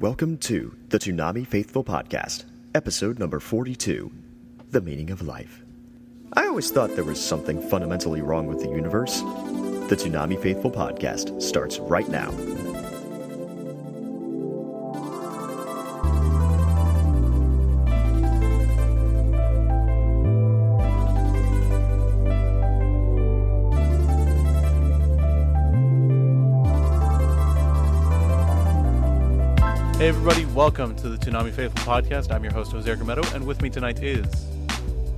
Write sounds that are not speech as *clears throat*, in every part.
Welcome to the Tsunami Faithful Podcast, episode number 42 The Meaning of Life. I always thought there was something fundamentally wrong with the universe. The Tsunami Faithful Podcast starts right now. Hey everybody, welcome to the Toonami Faithful Podcast. I'm your host, Jose Gometto, and with me tonight is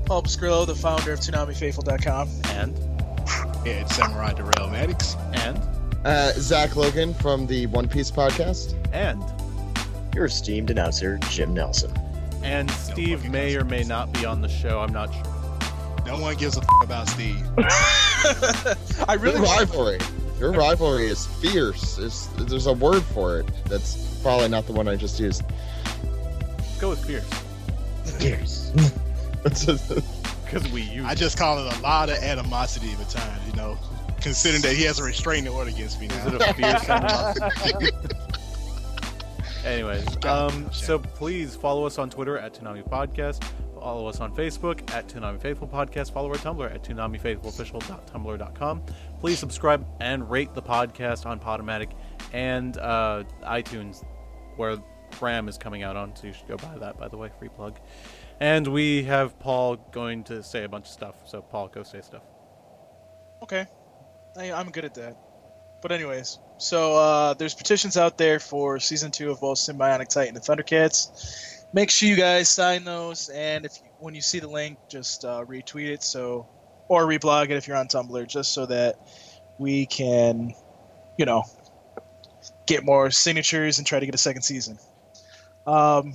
Paul Pascrillo, the founder of ToonamiFaithful.com. and Yeah, it's Samurai Darrell Maddox. and Uh, Zach Logan from the One Piece podcast. and Your esteemed announcer, Jim Nelson. and Steve fucking may or may consequences. not be on the show. I'm not sure. No one gives a f- about Steve. I really Your rivalry. Your rivalry is fierce. There's, there's a word for it. That's probably not the one I just used. *laughs* Go with Fierce Fierce. because we use. I just call it a lot of animosity at a time, you know, considering that he has a restraining order against me Is now. it a fierce animosity? Anyways, um, Shit. so please follow us on Twitter at Toonami Podcast. Follow us on Facebook at Toonami Faithful Podcast. Follow our Tumblr at ToonamiFaithfulOfficial.tumblr.com. Please subscribe and rate the podcast on Podomatic and uh, iTunes, where Ram is coming out on. So you should go buy that, by the way. Free plug. And we have Paul going to say a bunch of stuff. So, Paul, go say stuff. Okay. I, I'm good at that. But anyways, so uh, there's petitions out there for season two of both Symbionic Titan and Thundercats. Make sure you guys sign those, and if you, when you see the link, just uh, retweet it so or reblog it if you're on Tumblr, just so that we can, you know, get more signatures and try to get a second season. Um,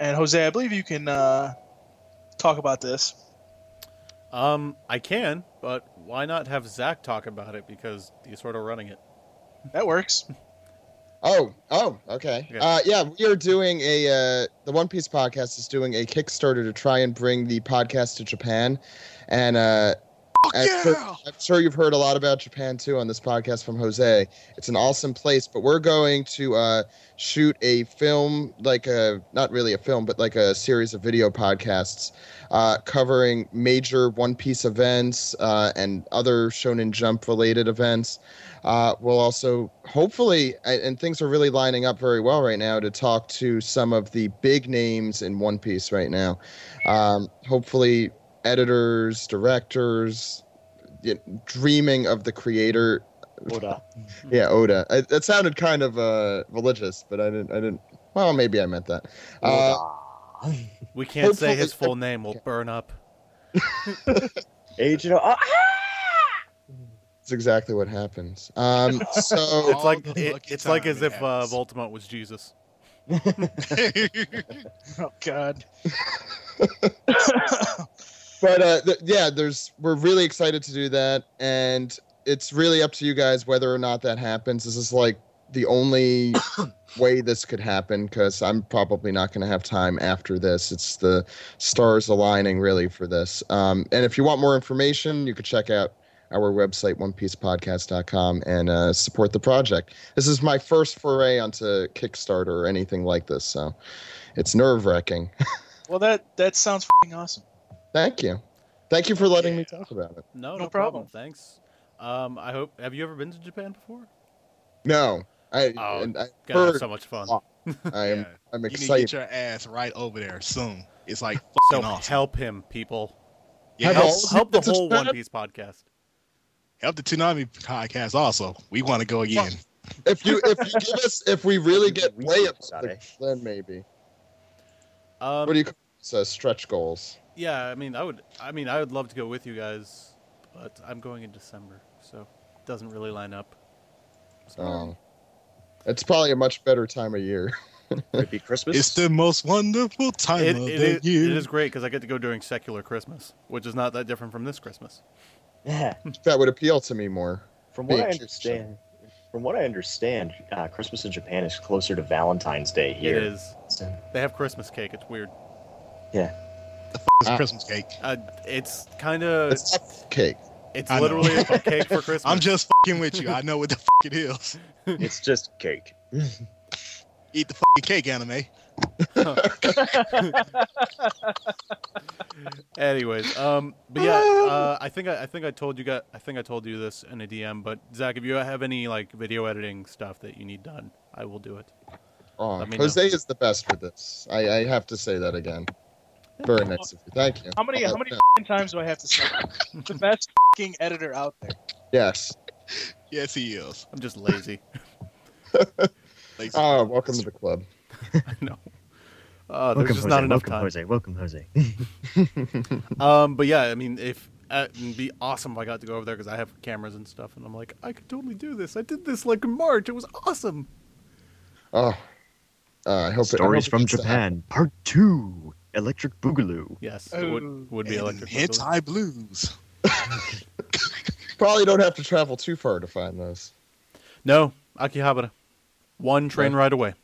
and Jose, I believe you can uh, talk about this. Um, I can, but why not have Zach talk about it because he's sort of running it. That works. *laughs* Oh, oh, okay. Yeah. Uh, yeah, we are doing a uh, the One Piece podcast is doing a Kickstarter to try and bring the podcast to Japan, and uh, I'm, sure, yeah! *laughs* I'm sure you've heard a lot about Japan too on this podcast from Jose. It's an awesome place, but we're going to uh, shoot a film, like a not really a film, but like a series of video podcasts uh, covering major One Piece events uh, and other Shonen Jump related events. Uh, we'll also hopefully, and and things are really lining up very well right now, to talk to some of the big names in One Piece right now. Um, hopefully, editors, directors, y dreaming of the creator. Oda. *laughs* Yeah, Oda. I, that sounded kind of uh, religious, but I didn't. I didn't. Well, maybe I meant that. Uh, We can't say Hopefully- his full name; we'll burn up. Agent O- that's exactly what happens. Um, so It's like All the it- lucky it's like time as it if uh, happens. Voldemort was Jesus. Oh God. but uh, th- yeah, there's we're really excited to do that, and it's really up to you guys whether or not that happens. This is like the only way this could happen because I'm probably not going to have time after this. It's the stars aligning really for this. Um, and if you want more information, you could check out our website onepiecepodcast.com and uh, support the project. This is my first foray onto Kickstarter or anything like this, so it's nerve wracking. well, that that sounds fing awesome. *laughs* Thank you. Thank you for letting me talk about it. No, no, No problem. problem. Thanks. Um, I hope. Have you ever been to Japan before? No, I, Oh, and I God, heard so much fun. Oh, I am Yeah. I'm you need to excited. get your ass right over there soon. It's *laughs* like So fucking awesome. help him, people. Yeah, Have help, all- Help, help the That's a whole trap. One Piece podcast. help the Tsunami podcast also. We want to go again. if you if you give us if we really You get can way reach up, that, eh? the, then maybe. Um, What do you call this? Uh, stretch goals? yeah, I mean, I would. I mean, I would love to go with you guys, but I'm going in December, so it doesn't really line up. So- Oh, it's probably a much better time of year. *laughs* Could be Christmas. It's the most wonderful time It- of it the is- year. it is great because I get to go during secular Christmas, which is not that different from this Christmas. Yeah, that would appeal to me more. from what I Big understand, from what I understand, uh, Christmas in Japan is closer to Valentine's Day here. It is. So- They have Christmas cake. It's weird. It's Ah. Christmas cake. Uh, it's kind of. It's not cake. It's I know. literally a cake *laughs* for Christmas. *laughs* I'm just fucking with you. I know what the f- it is. it's just cake. Eat the fucking cake anime. Anyways, um, but yeah, uh, I think I, I think I told you got I think I told you this in a DM. But Zach, if you have any like video editing stuff that you need done, I will do it. Oh, Let me know. Jose is the best with this. I, I have to say that again. Very nice of you. Thank you. Uh, How many *laughs* how many f***ing times do I have to say that? the best fucking editor out there? Yes. Yes, he is. I'm just lazy. *laughs* Like, Oh, welcome to the club. I know. Uh, there's just not enough welcome, time. Jose. Welcome, Jose. Um, but yeah, I mean, if uh, it'd be awesome if I got to go over there because I have cameras and stuff, and I'm like, I could totally do this. I did this like in March. It was awesome. Oh, uh, I hope it- I hope Stories it from gets to happen. Japan, Part Two: Electric Boogaloo. Yes, it Ooh. would, would be and electric. hentai blues. *laughs* Probably don't have to travel too far to find those. No, Akihabara. One train ride away.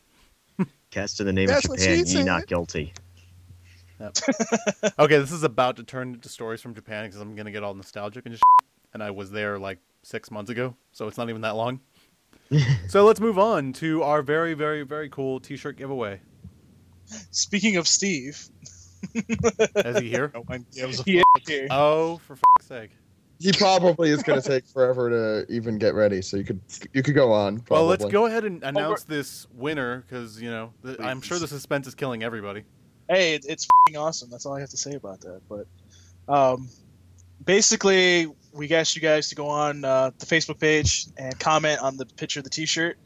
Cast in the name That's of what Japan, she ye said. not guilty. Okay, this is about to turn into stories from Japan because I'm gonna get all nostalgic and just. *laughs* And I was there like six months ago, so it's not even that long. so let's move on to our very, very, very cool T-shirt giveaway. Speaking of Steve, Is he *laughs* here? No one gives a he is here. *laughs* Oh, for f***'s sake! He probably is going to take forever to even get ready, so you could you could go on. Probably. Well, let's go ahead and announce this winner because you know the, I'm sure the suspense is killing everybody. hey, it- it's fing awesome. That's all I have to say about that. But um, basically, we asked you guys to go on uh, the Facebook page and comment on the picture of the T-shirt,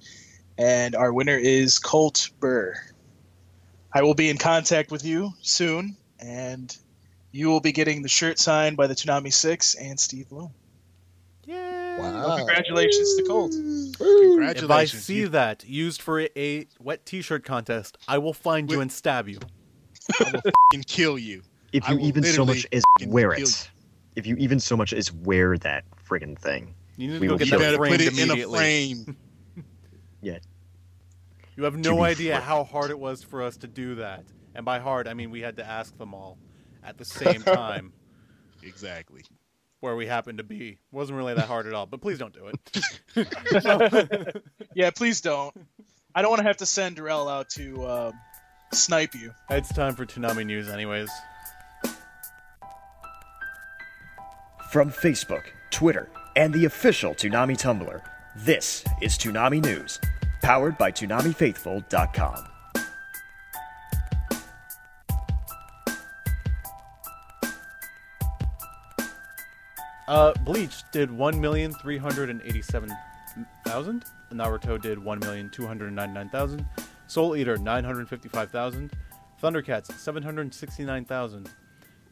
and our winner is Colt Burr. I will be in contact with you soon, and you will be getting the shirt signed by the Tsunami Six and Steve Bloom. Yeah. Wow. Congratulations to Colt. Woo. If I Congratulations. see You- that used for a wet T-shirt contest, I will find you Wait. and stab you. can kill you. If I you will even so literally much as fucking wear kill it, if you even so much as wear that friggin' thing, You need to We go will get You show that better framed put it in a immediately. frame. You have be no idea framed. how hard it was for us to do that, and by hard I mean we had to ask them all at *laughs* the same time Exactly. where we happened to be. wasn't really that hard at all, but please don't do *laughs* it. Yeah, please don't. I don't want to have to send Durrell out to um, snipe *laughs* you. it's time for Tsunami News, anyways. From Facebook, Twitter, and the official Toonami Tumblr, this is Toonami News, powered by ToonamiFaithful.com. Uh, Bleach did one million three hundred and eighty-seven thousand. Naruto did one million two hundred and ninety-nine thousand. Soul Eater nine hundred fifty-five thousand. Thundercats seven hundred sixty-nine thousand.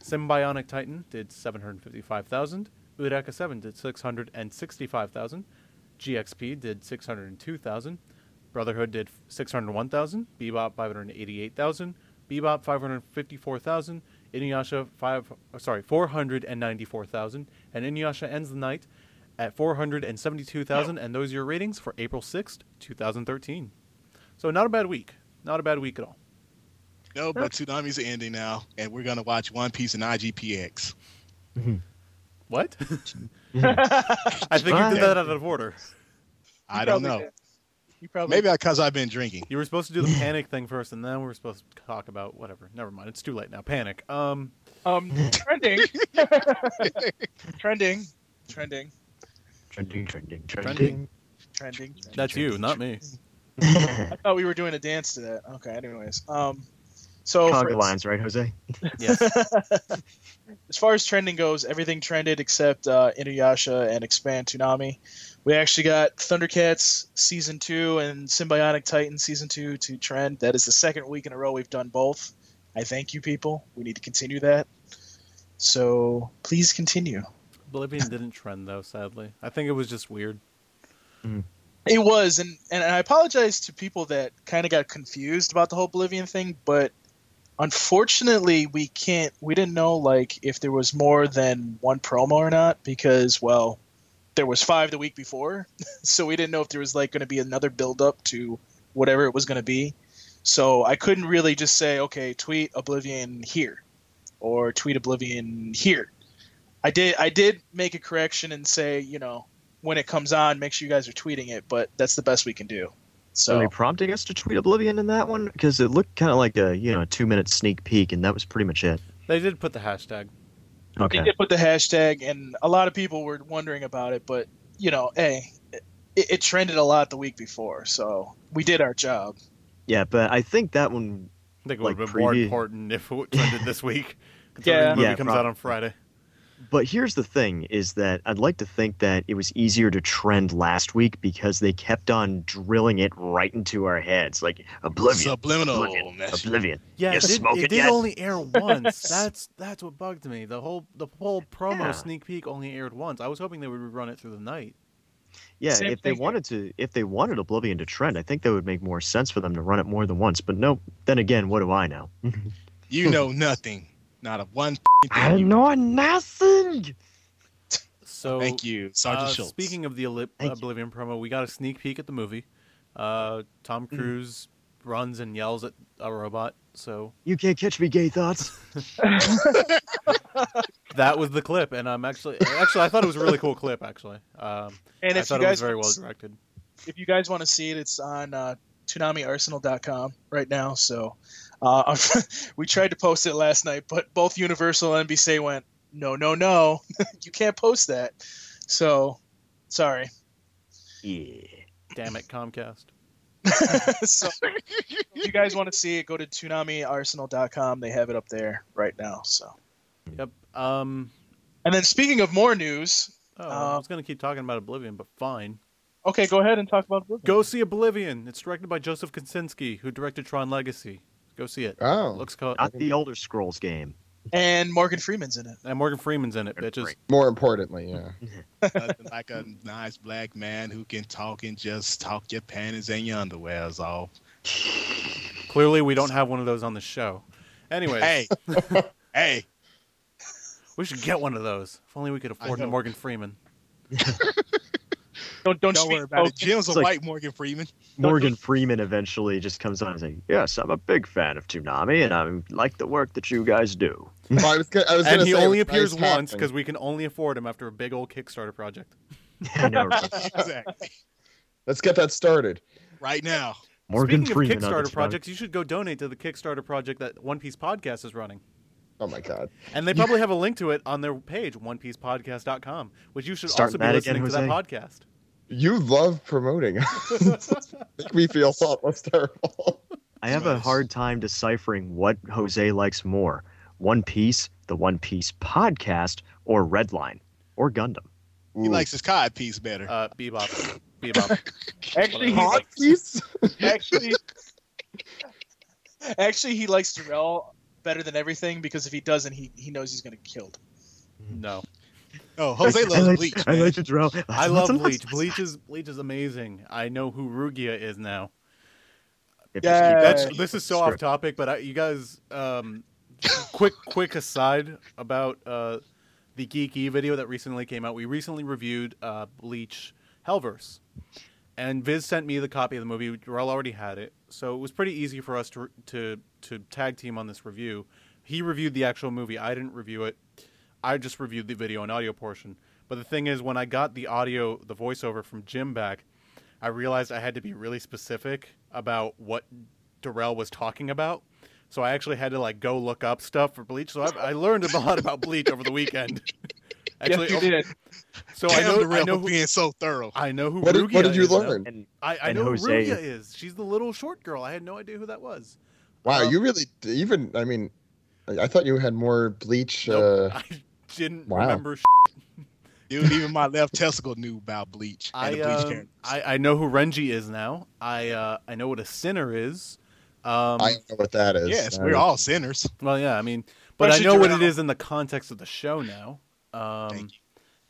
Symbionic Titan did seven hundred fifty-five thousand. Uraka Seven did six hundred and sixty-five thousand. GXP did six hundred and two thousand. Brotherhood did six hundred one thousand. Bebop five hundred eighty-eight thousand. Bebop five hundred fifty-four thousand. Inuyasha five uh, sorry four hundred and ninety-four thousand. And Inuyasha ends the night at four hundred and seventy-two thousand. And those are your ratings for April sixth, two thousand thirteen. So not a bad week. Not a bad week at all. No, but Tsunami's ending now, and we're going to watch One Piece and IGPX. What? *laughs* *laughs* I think you did that out of order. I don't know. You probably Maybe because I've been drinking. You were supposed to do *laughs* the panic thing first, and then we were supposed to talk about whatever. Never mind. It's too late now. Panic. Um. Um, trending, *laughs* trending, trending, trending, trending, Trending. trending. trending. That's you, not me. I thought we were doing a dance to that. Okay. Anyways, um, so Conga for- lines, right, Jose? Yes. as far as trending goes, everything trended except uh, Inuyasha and Expand Toonami. We actually got Thundercats season two and Symbionic Titan season two to trend. That is the second week in a row we've done both. I thank you, people. We need to continue that. So please continue. Oblivion didn't trend though, sadly. I think it was just weird. It was, and and I apologize to people that kind of got confused about the whole Bolivian thing, but unfortunately, we can't. We didn't know like if there was more than one promo or not because well, there was five the week before, *laughs* so we didn't know if there was like going to be another build up to whatever it was going to be. So I couldn't really just say, okay, tweet Oblivion here, or tweet Oblivion here. I did. I did make a correction and say, you know, when it comes on, make sure you guys are tweeting it, but that's the best we can do. Are So they prompting us to tweet Oblivion in that one? Because it looked kind of like a you know two minute sneak peek, and that was pretty much it. They did put the hashtag. they Okay. did put the hashtag, and a lot of people were wondering about it. But you know, hey, it, it trended a lot the week before, so we did our job. Yeah, but I think that one. I think it Like would have been more preview. important if it trended *laughs* this week. Considering Yeah. the movie Yeah, comes prob- out on Friday. But here's the thing: is that I'd like to think that it was easier to trend last week because they kept on drilling it right into our heads, like Oblivion, Subliminal. Oblivion, message. Oblivion. Yeah, You it did, smoke it it did yet? only *laughs* air once. that's that's what bugged me. The whole the whole promo Yeah. sneak peek only aired once. I was hoping they would rerun it through the night. Yeah, Same if they thing. wanted to, if they wanted Oblivion to trend, I think that would make more sense for them to run it more than once. But nope. Then again, what do I know? You know nothing. Not a one I know nothing. So Thank you, Sergeant Uh, Schultz. *laughs* Speaking of the Oli- Thank you. Oblivion promo, we got a sneak peek at the movie. Uh, Tom Mm. Cruise runs and yells at a robot. So You can't catch me, gay thoughts. that was the clip, and I'm actually actually I thought it was a really cool clip. Actually, um, And I if you thought it was guys very want well to directed. if you guys want to see it, it's on uh, ToonamiArsenal.com right now. So uh, *laughs* we tried to post it last night, but both Universal and NBC went, no, no, no, *laughs* you can't post that. So sorry. *laughs* yeah. Damn it, Comcast. so if you guys want to see it, go to ToonamiArsenal.com. They have it up there right now. So Yep. Um. and then speaking of more news, Oh, I Uh, was gonna keep talking about Oblivion, but fine. okay, go ahead and talk about Go see Oblivion. It's directed by Joseph Kosinski, who directed Tron Legacy. Go see it. Oh, Looks cool. Not the Elder Scrolls game. and Morgan Freeman's in it. And Morgan Freeman's in it, bitches. Great. more importantly, yeah. *laughs* Nothing like a nice black man who can talk and just talk your panties and your underwears off. Clearly, we don't have one of those on the show. Anyways, *laughs* Hey, hey, we should get one of those. If only we could afford know. Morgan Freeman. Don't don't, don't speak worry about it. Jim's a It's like- white Morgan Freeman. *laughs* Morgan Freeman eventually just comes on and says, "Yes, I'm a big fan of Toonami, and I like the work that you guys do." Well, I was go- I was And gonna he say it only was appears nice once because happening. we can only afford him after a big old Kickstarter project. I know, right? exactly. let's get that started. Right now. Morgan Speaking Freeman of on the Kickstarter Toonami- projects, you should go donate to the Kickstarter project that One Piece Podcast is running. Oh my god. And they probably have a link to it on their page, onepiecepodcast.com, which you should Start also be that listening again, to that podcast. You love promoting. *laughs* Make me feel a lot less terrible. I have a Nice. hard time deciphering what Jose likes more: One Piece, the One Piece podcast, or Redline, or Gundam. He Ooh. likes his cod piece better. *laughs* Uh, Bebop. Bebop. Whatever. Actually, he, Hot piece? actually, actually, he likes Darrell better than everything because if he doesn't, he, he knows he's gonna get killed. No. oh, Jose I like, loves Bleach. I man. like to draw. I love Bleach. Bleach is Bleach is amazing. I know who Rugia is now. If Yeah. you keep- That's, Right. this is so off topic, but I, you guys, um, quick quick aside about uh, the geeky video that recently came out. We recently reviewed uh, Bleach Hellverse, and Viz sent me the copy of the movie. Darrell already had it, so it was pretty easy for us to to to tag team on this review. He reviewed the actual movie. I didn't review it. I just reviewed the video and audio portion. But the thing is, when I got the audio, the voiceover from Jim back, I realized I had to be really specific about what Darrell was talking about. So I actually had to like go look up stuff for Bleach. So I, I learned a lot about Bleach over the *laughs* weekend. Actually, yes, you over- did. so I Damn know, Darrell I know for who being so thorough. I know who What Rugia did, what did you is now. learn? and I, I and know who Jose Rugia is- is. She's the little short girl. I had no idea who that was. Wow, uh, Um, you really even. I mean, I I thought you had more bleach. Nope, Uh, I didn't wow. remember. Sh- *laughs* Dude, even my left testicle knew about Bleach and I, the Bleach um, characters. I I know who Renji is now. I uh, I know what a sinner is. Um, I don't know what that is. yes, I- we're all sinners. Well, yeah, I mean, but I Especially know what it Dorado. is in the context of the show now. Um, Thank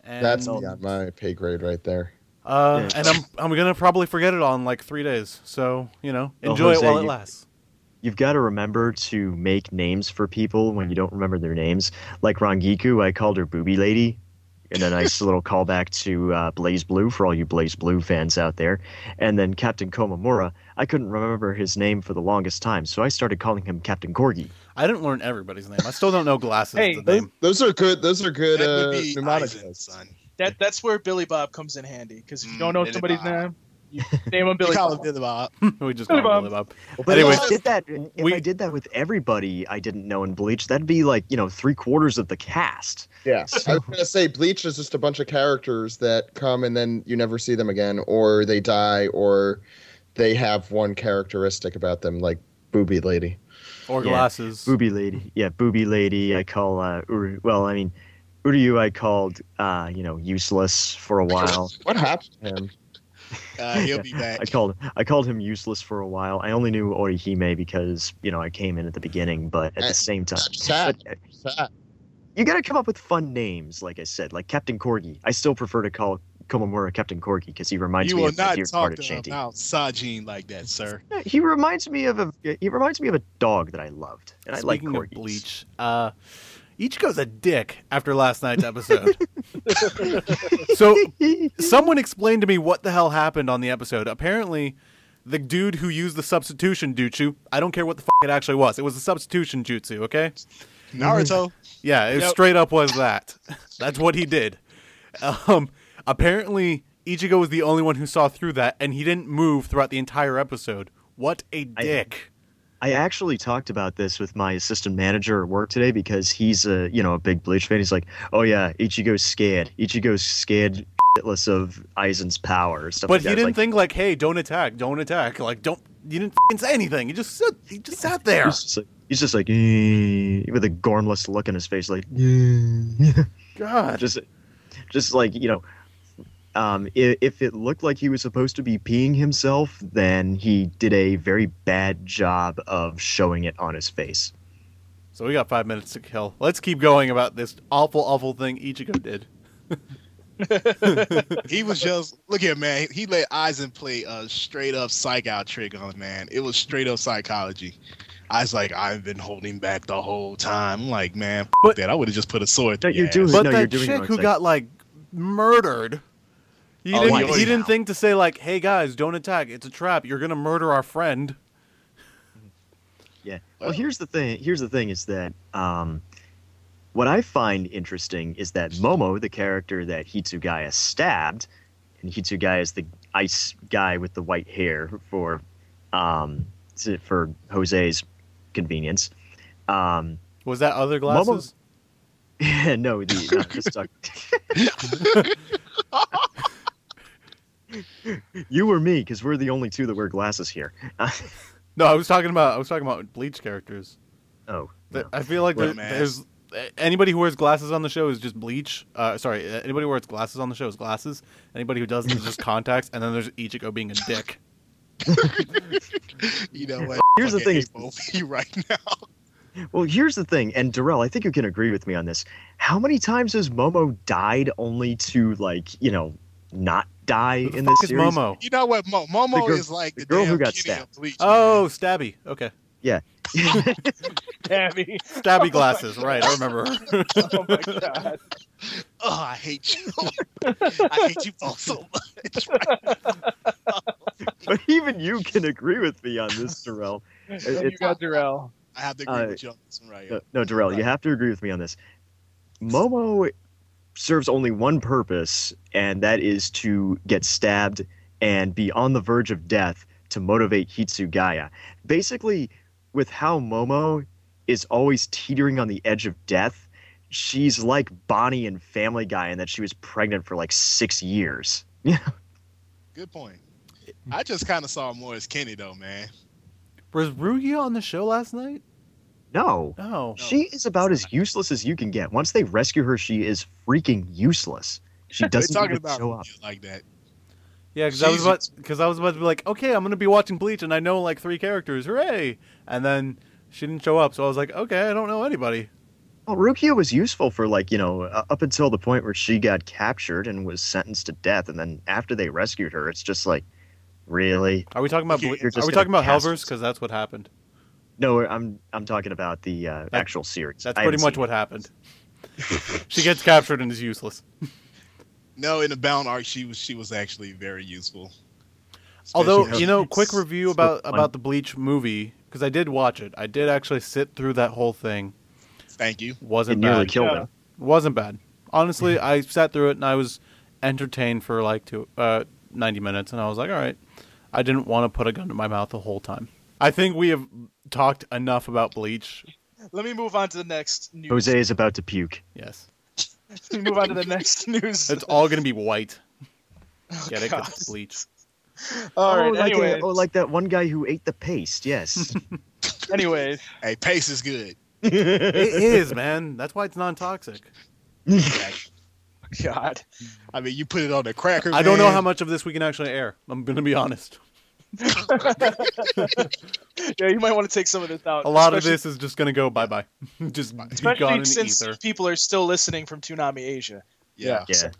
And, That's beyond my pay grade right there. uh, Yeah. and I'm I'm gonna probably forget it all in like three days. So you know, Well, enjoy Jose, it while it you- lasts. You've got to remember to make names for people when you don't remember their names. Like Rangiku, I called her Booby Lady. And a nice little callback to uh, Blaze Blue for all you Blaze Blue fans out there. And then Captain Komamura, I couldn't remember his name for the longest time, so I started calling him Captain Corgi. I didn't learn everybody's name. I still don't *laughs* know glasses. Hey, the Those, name. those are good. Those are good That uh, would be mnemonic Aizen, lists. son. That that's where Billy Bob comes in handy because if you Mm, don't know Billy somebody's Bob. name, You name him Billy. Call him Bob. *laughs* Billy *laughs* Bob. we just Billy call him Billy Bob. But Anyway, if I did that, if we- I did that with everybody I didn't know in Bleach, that'd be like you know three quarters of the cast. Yes. I was going to say Bleach is just a bunch of characters that come and then you never see them again, or they die, or they have one characteristic about them, like Booby Lady. Or Yeah. glasses. Booby lady, yeah, booby lady. I call uh, Uru, well, I mean, Uryu. I called uh, you know useless for a while. What happened to him? Uh, he'll be back. I called I called him useless for a while. I only knew Orihime because you know I came in at the beginning, but at Eh, the same time, sad. but, uh, Sad. you got to come up with fun names. Like I said, like Captain Corgi. I still prefer to call Komamura Captain Corgi because he reminds You me will of my not favorite part talk of to him Shanty. about Sajin like that, sir. Yeah, He reminds me of a he reminds me of a dog that I loved, and I like Speaking corgis. of Bleach, uh, Ichigo's a dick after last *laughs* night's episode. so someone explained to me what the hell happened on the episode. Apparently, the dude who used the substitution jutsu, I don't care what the fuck it actually was. It was a substitution jutsu, okay? Naruto. Yeah, it Yep. straight up was that. That's what he did. Um, apparently, Ichigo was the only one who saw through that, and he didn't move throughout the entire episode. What a I- dick! I actually talked about this with my assistant manager at work today because he's a you know a big Bleach fan. He's like, "Oh yeah, Ichigo's scared. Ichigo's scared shitless of Aizen's power and stuff." but like he that. didn't Like, think like, "Hey, don't attack! Don't attack!" Like, don't. You didn't fing say anything. He just sit, he just sat there. He's just like, he's just like "Eh," with a gormless look on his face, like *laughs* "Eh." God. just just like you know. Um, if, if it looked like he was supposed to be peeing himself, then he did a very bad job of showing it on his face. So we got five minutes to kill. Let's keep going about this awful, awful thing Ichigo did. He was just look here, man. He let Eisen play a straight up psych out trick on him, man. It was straight up psychology. I was like, I've been holding back the whole time. I'm like, man, f- But- that I would have just put a sword. No, through you're your ass. doing- But no, you're that doing it chick right who side. got like murdered. He Oh, didn't. yeah. He didn't think to say like, "Hey guys, don't attack. It's a trap. You're gonna murder our friend." Yeah. Well, here's the thing. Here's the thing is that um, what I find interesting is that Momo, the character that Hitsugaya stabbed, and Hitsugaya is the ice guy with the white hair for um, for Jose's convenience. *laughs* Um, Was that other glasses? no, the not just talk- *laughs* you or me, because we're the only two that wear glasses here. No, I was talking about. I was talking about bleach characters. oh, Th- no. I feel like Well, there, man. there's anybody who wears glasses on the show is just bleach. Uh, sorry, anybody who wears glasses on the show is glasses. Anybody who doesn't is just contacts. And then there's *laughs* Ichigo being a dick. You know what? *laughs* Here's the Fucking thing hate both of you right *laughs* now. Well, here's the thing, and Darrell, I think you can agree with me on this. How many times has Momo died only to like, you know, not die Who the in fuck this is series? Momo? You know what? Mo- Momo The girl- is like the, the girl damn who got Kenny of stabbed. Bleach, man. Oh, Stabby. Okay, Tabby. Stabby glasses. Right, I remember. *laughs* her. Oh my god. oh, I *laughs* hate you. *laughs* I hate you both so much. But *laughs* even you can agree with me on this, Darrell. you got Darrell. I have to agree Uh, with you on this one right No, here. no, Darrell, you have to agree with me on this. Momo serves only one purpose, and that is to get stabbed and be on the verge of death to motivate Hitsugaya. Basically, with how Momo is always teetering on the edge of death, she's like Bonnie in Family Guy in that she was pregnant for like six years. Good point. I just kind of saw him more as Kenny though, man. Was Rugia on the show last night? No. No. She is about as useless as you can get. Once they rescue her, she is freaking useless. She They're doesn't talking even about show up. you like that. Yeah, because I was She's- about because I was about to be like, okay, I'm gonna be watching Bleach, and I know like three characters, hooray! And then she didn't show up, so I was like, okay, I don't know anybody. Well, Rukia was useful for like you know uh, up until the point where she got captured and was sentenced to death, and then after they rescued her, it's just like, really? Are we talking about Okay, Ble- you're are just we talking gonna about cast- Helvers? Because that's what happened. No, I'm I'm talking about the uh, actual series. That's I haven't pretty much seen what it. happened. *laughs* she gets captured and is useless. No, in the bound arc, she was she was actually very useful. Although Especially- you know, it's- quick review it's about fun. about the Bleach movie because I did watch it. I did actually sit through that whole thing. thank you. It Wasn't nearly bad. killed Yeah. him. *laughs* Wasn't bad. Honestly, I sat through it and I was entertained for like two uh 90 minutes, and I was like, all right. I didn't want to put a gun to my mouth the whole time. I think we have talked enough about Bleach. Let me move on to the next news. Jose is about to puke. Yes. *laughs* Let me move on to the next *laughs* news. It's all going to be white. *laughs* yeah, they God. could Bleach. all right. oh, like anyway, oh, like that one guy who ate the paste. *laughs* Yes. anyway, Hey, pace is good. it is, man. That's why it's non toxic. God, I mean, you put it on the cracker. I don't know man. how much of this we can actually air. I'm going to be honest. *laughs* yeah, you might want to take some of this out. A lot especially- of this is just going to go bye bye. *laughs* just be gone in especially the since ether. people are still listening from Toonami Asia. Yeah. yeah.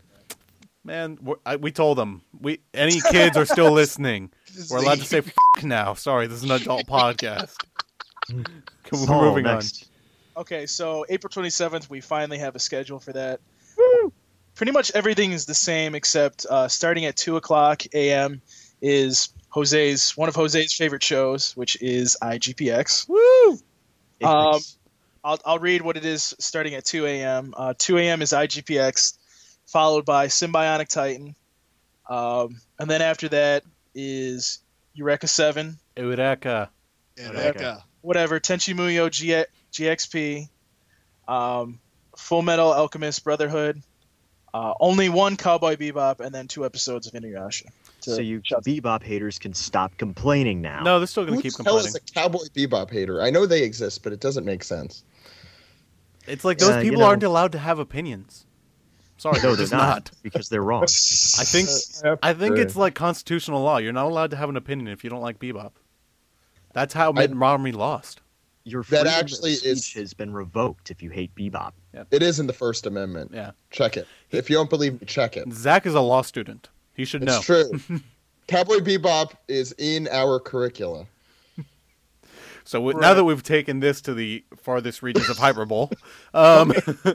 Man, we're, I, we told them. We any kids are *laughs* still listening. We're allowed to say F- now. Sorry, this is an *laughs* adult *laughs* podcast. We're Paul, moving next. Okay, so April 27th, we finally have a schedule for that. Pretty much everything is the same except uh, starting at 2 o'clock a.m. is Jose's one of Jose's favorite shows, which is IGPX. Um, I'll, I'll read what it is starting at 2 a.m. Uh, 2 a.m. is IGPX, followed by Symbionic Titan. Um, and then after that is Eureka 7, on. Eureka. Eureka. whatever, Tenchi Muyo G- GXP, um, Full Metal Alchemist Brotherhood, uh, only one Cowboy Bebop, and then two episodes of Inuyasha. so you shut- bebop haters can stop complaining now. No, they're still going Who to keep the hell complaining. is a cowboy bebop hater? I know they exist, but it doesn't make sense. It's like Yeah, those Uh, you people know. aren't allowed to have opinions. Sorry, No, they're they're just not, not. because they're wrong. I think I think it's like constitutional law. You're not allowed to have an opinion if you don't like bebop. That's how Mitt Romney lost. Your That freedom of actually speech is- has been revoked if you hate bebop. It is in the First Amendment. Yeah, Check it. If you don't believe me, check it. Zach is a law student. He should know. It's true. Cowboy Bebop is in our curricula. So w- Right. now that we've taken this to the farthest regions of hyperbole, um,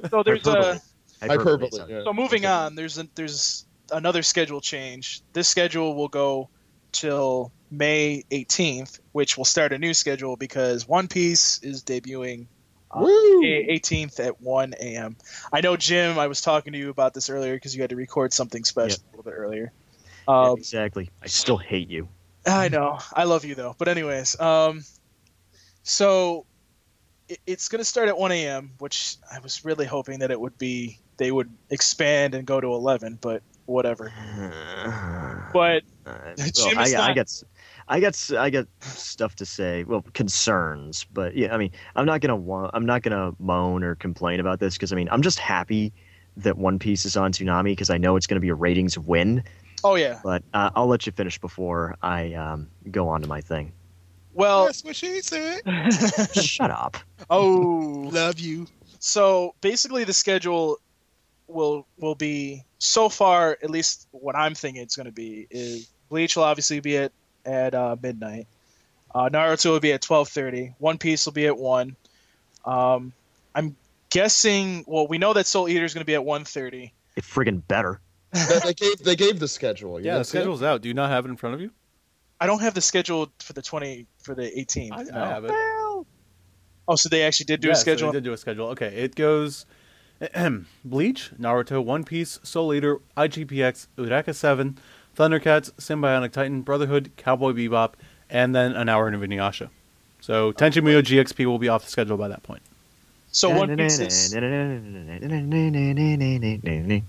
So there's a, Hyperbole. Hyperbole. sorry. yeah. so moving on. There's a, there's another schedule change. This schedule will go till May 18th, which will start a new schedule because One Piece is debuting uh, Woo! May 18th at 1 a.m. I know Jim. I was talking to you about this earlier because you had to record something special a little bit earlier. Yeah, Um, exactly. I still *sighs* hate you. I know. I love you though. But anyways, um, so it, it's going to start at 1 a.m., which I was really hoping that it would be they would expand and go to 11, but whatever. But Uh, *laughs* Jim well, I, is I not- got, s- I got, s- I got stuff to say. Well, concerns, but yeah, I mean, I'm not gonna, wa- I'm not gonna moan or complain about this because I mean, I'm just happy that One Piece is on Toonami because I know it's gonna be a ratings win. oh yeah, But uh, I'll let you finish before I um, go on to my thing. *laughs* well, That's what she said. Shut up. oh, Love you. so basically the schedule will will be so far at least what I'm thinking it's going to be is Bleach will obviously be at at uh, midnight. Uh, Naruto will be at 12:30. One Piece will be at one. Um, I'm guessing. Well, we know that Soul Eater is going to be at 1:30. It friggin' better. They- they gave they gave the schedule. *laughs* You yeah, the didn't see it? schedule's out. Do you not have it in front of you? I don't have the schedule for the 20 for the 18th. I, no. I *laughs* have it. Oh, so they actually did do Yeah, a so they schedule. did do a schedule. Okay, it goes *clears throat* Bleach, Naruto, One Piece, Soul Eater, IGPX, Uraka 7, Thundercats, Symbionic Titan, Brotherhood, Cowboy Bebop, and then an hour of Inuyasha. So Tenchi Muyo GXP will be off the schedule by that point. so One Piece is I agree Anyway.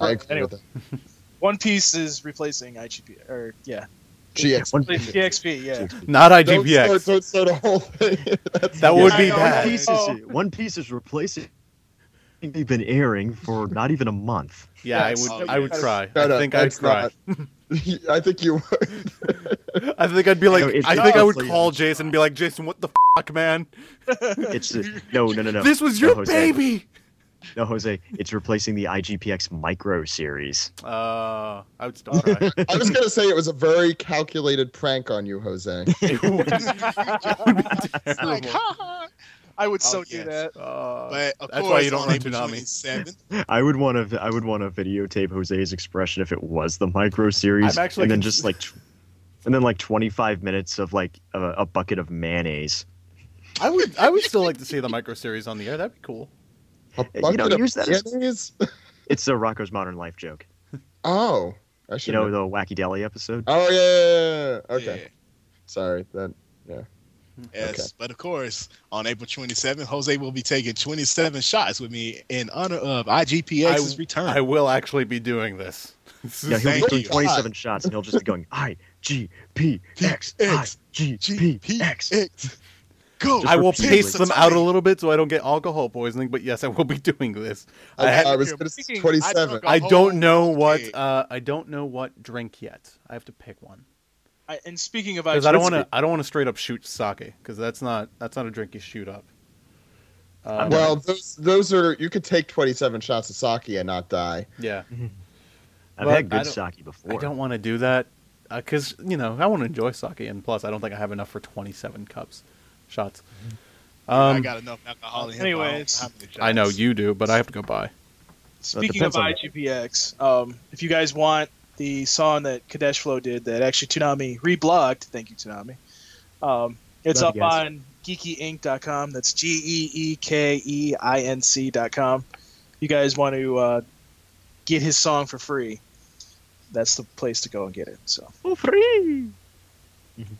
with that. One Piece is replacing IGP or yeah, GX. One Piece. GXP. Yeah. Not Don't start, IGPX. don't start a whole thing. *laughs* That's- That Yeah. would be I know, *laughs* One bad. Piece Oh. is One Piece is replacing. They've been airing for not even a month. Yeah, I Yes. would. Oh, I would yes. try. No, no, I think I'd that's cry. *laughs* I think you would. I think I'd be like. No, it's I think I would honestly- call Jason and be like, Jason, what the fuck, man? It's uh, no, no, no, *laughs* no. this was No, your Jose. baby. No, Jose, it's replacing the IGPX micro series. Uh, I would *laughs* still cry. I was gonna say it was a very calculated prank on you, *laughs* Jose. It would- it would be It's *laughs* like, terrible. ha ha. *laughs* I would Oh, so yes. do *laughs* that. Uh, But of That's course, why you don't on run April Toonami. 27th, *laughs* I would want to. I would want to videotape Jose's expression if it was the micro series, I'm actually and then cons- just like, tw- and then like 25 minutes of like a, a bucket of mayonnaise. I would I would still like to see the micro series on the air. That'd be cool. A You bucket don't of use that as- mayonnaise? It's a Rocco's Modern Life joke. Oh, I You should know, the Wacky Deli episode? Oh yeah, yeah, yeah, yeah. Okay. Yeah. Sorry. That Yes, but of course, on April 27th, Jose will be taking 27 shots with me in honor of IGPX's I- return. I will actually be doing this. This Yeah, is- he'll be Thank doing you. 27 shots and he'll just be going, I, G, P, X, I, G, P, X. GPX. Go. Just I will repeatedly. pace them out a little bit so I don't get alcohol poisoning, but yes, I will be *laughs* doing this. I, I, had- I was Here, gonna speaking- say I twenty seven. took a I whole don't know what day. uh, I don't know what drink yet. I have to pick one I, and speaking of because I don't IGPX, want to. I don't want to straight up shoot sake because that's not that's not a drink you shoot up. Uh, Well, those those are you could take twenty seven shots of sake and not die. yeah, I've But had I good don't- sake before. I don't want to do that because you know I want to enjoy sake, and plus I don't think I have enough for twenty-seven cups, shots. Um, I got enough alcohol in him. Anyways. I don't know how many I know shots. you do, but I have to go buy. Speaking of depends on- IGPX, um, if you guys want the song that Kadesh Flow did that actually Toonami reblogged, thank you, Toonami. Um, it's Love up you guys. on geekyinc.com. That's G E E K E I N C.com. You guys want to uh, get his song for free? That's the place to go and get it. So, Oh, free!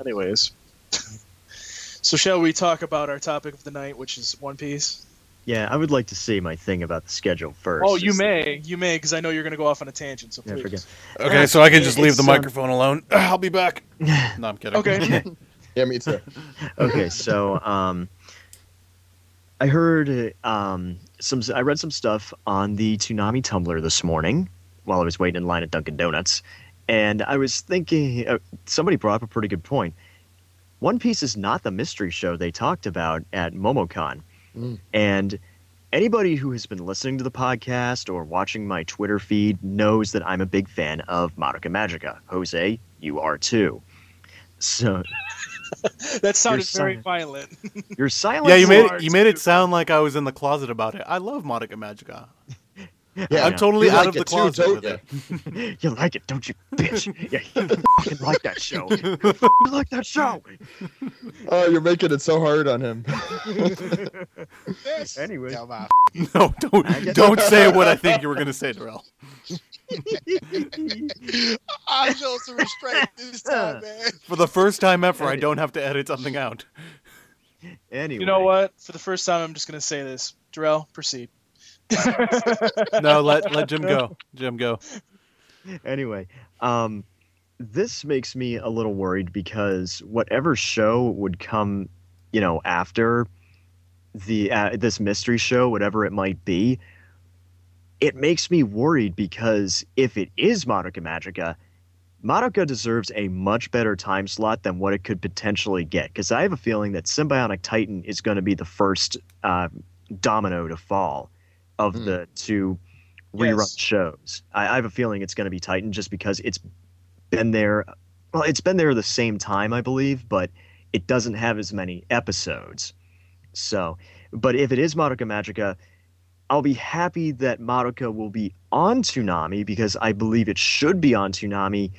anyways, so shall we talk about our topic of the night, which is One Piece? Yeah, I would like to say my thing about the schedule first. Oh, you It's- may, you may, because I know you're going to go off on a tangent. So Yeah, please. forget- Okay, so I can just leave It's, the um, microphone alone. I'll be back. No, I'm kidding. *laughs* *laughs* Okay. Yeah, me too. okay, so um, I heard um, some. I read some stuff on the Toonami Tumblr this morning while I was waiting in line at Dunkin' Donuts, and I was thinking uh, somebody brought up a pretty good point. One Piece is not the mystery show they talked about at MomoCon, Mm. and anybody who has been listening to the podcast or watching my Twitter feed knows that I'm a big fan of Madoka Magica. Jose, you are too. So that sounded very silent. violent. you're silent. *laughs* *laughs* Yeah, you made it, Lords you made it do- sound like I was in the closet about it. I love Monica Magica. *laughs* Yeah, I'm totally You out like of it the too, closet don't with it. *laughs* you like it, don't you, *laughs* bitch? Yeah, you fucking like that show. You fucking like that show. *laughs* Oh, you're making it so hard on him. Yes. Anyway. Tell my- I No, don't get- don't say what I think you were gonna say, Darrell. I showed some restraint this time, man. For the first time ever, I don't have to edit something out. anyway, You know what? For the first time, I'm just going to say this. Darrell, proceed. No, let let Jim go. Jim go. Anyway, um, this makes me a little worried because whatever show would come, you know, after the uh, this mystery show, whatever it might be, it makes me worried because if it is Madoka Magica, Madoka deserves a much better time slot than what it could potentially get. Because I have a feeling that Symbionic Titan is going to be the first uh, domino to fall of Hmm. the two Yes. rerun shows. I, I have a feeling it's going to be Titan just because it's been there. Well, it's been there the same time, I believe, but it doesn't have as many episodes. So, but if it is Madoka Magica, I'll be happy that Madoka will be on Toonami because I believe it should be on Toonami,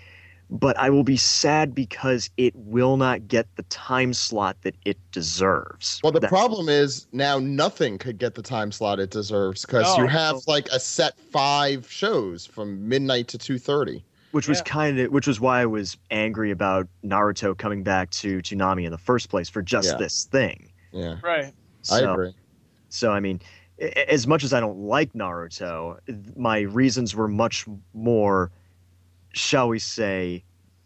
but I will be sad because it will not get the time slot that it deserves. Well, the That's- problem is now nothing could get the time slot it deserves because No. you have like a set five shows from midnight to two thirty. which was Yeah. kind of which was why I was angry about Naruto coming back to Toonami in the first place for just Yeah. this thing. Yeah, Right. So, I agree. So I mean, a- a- as much as I don't like Naruto, th- my reasons were much more, shall we say,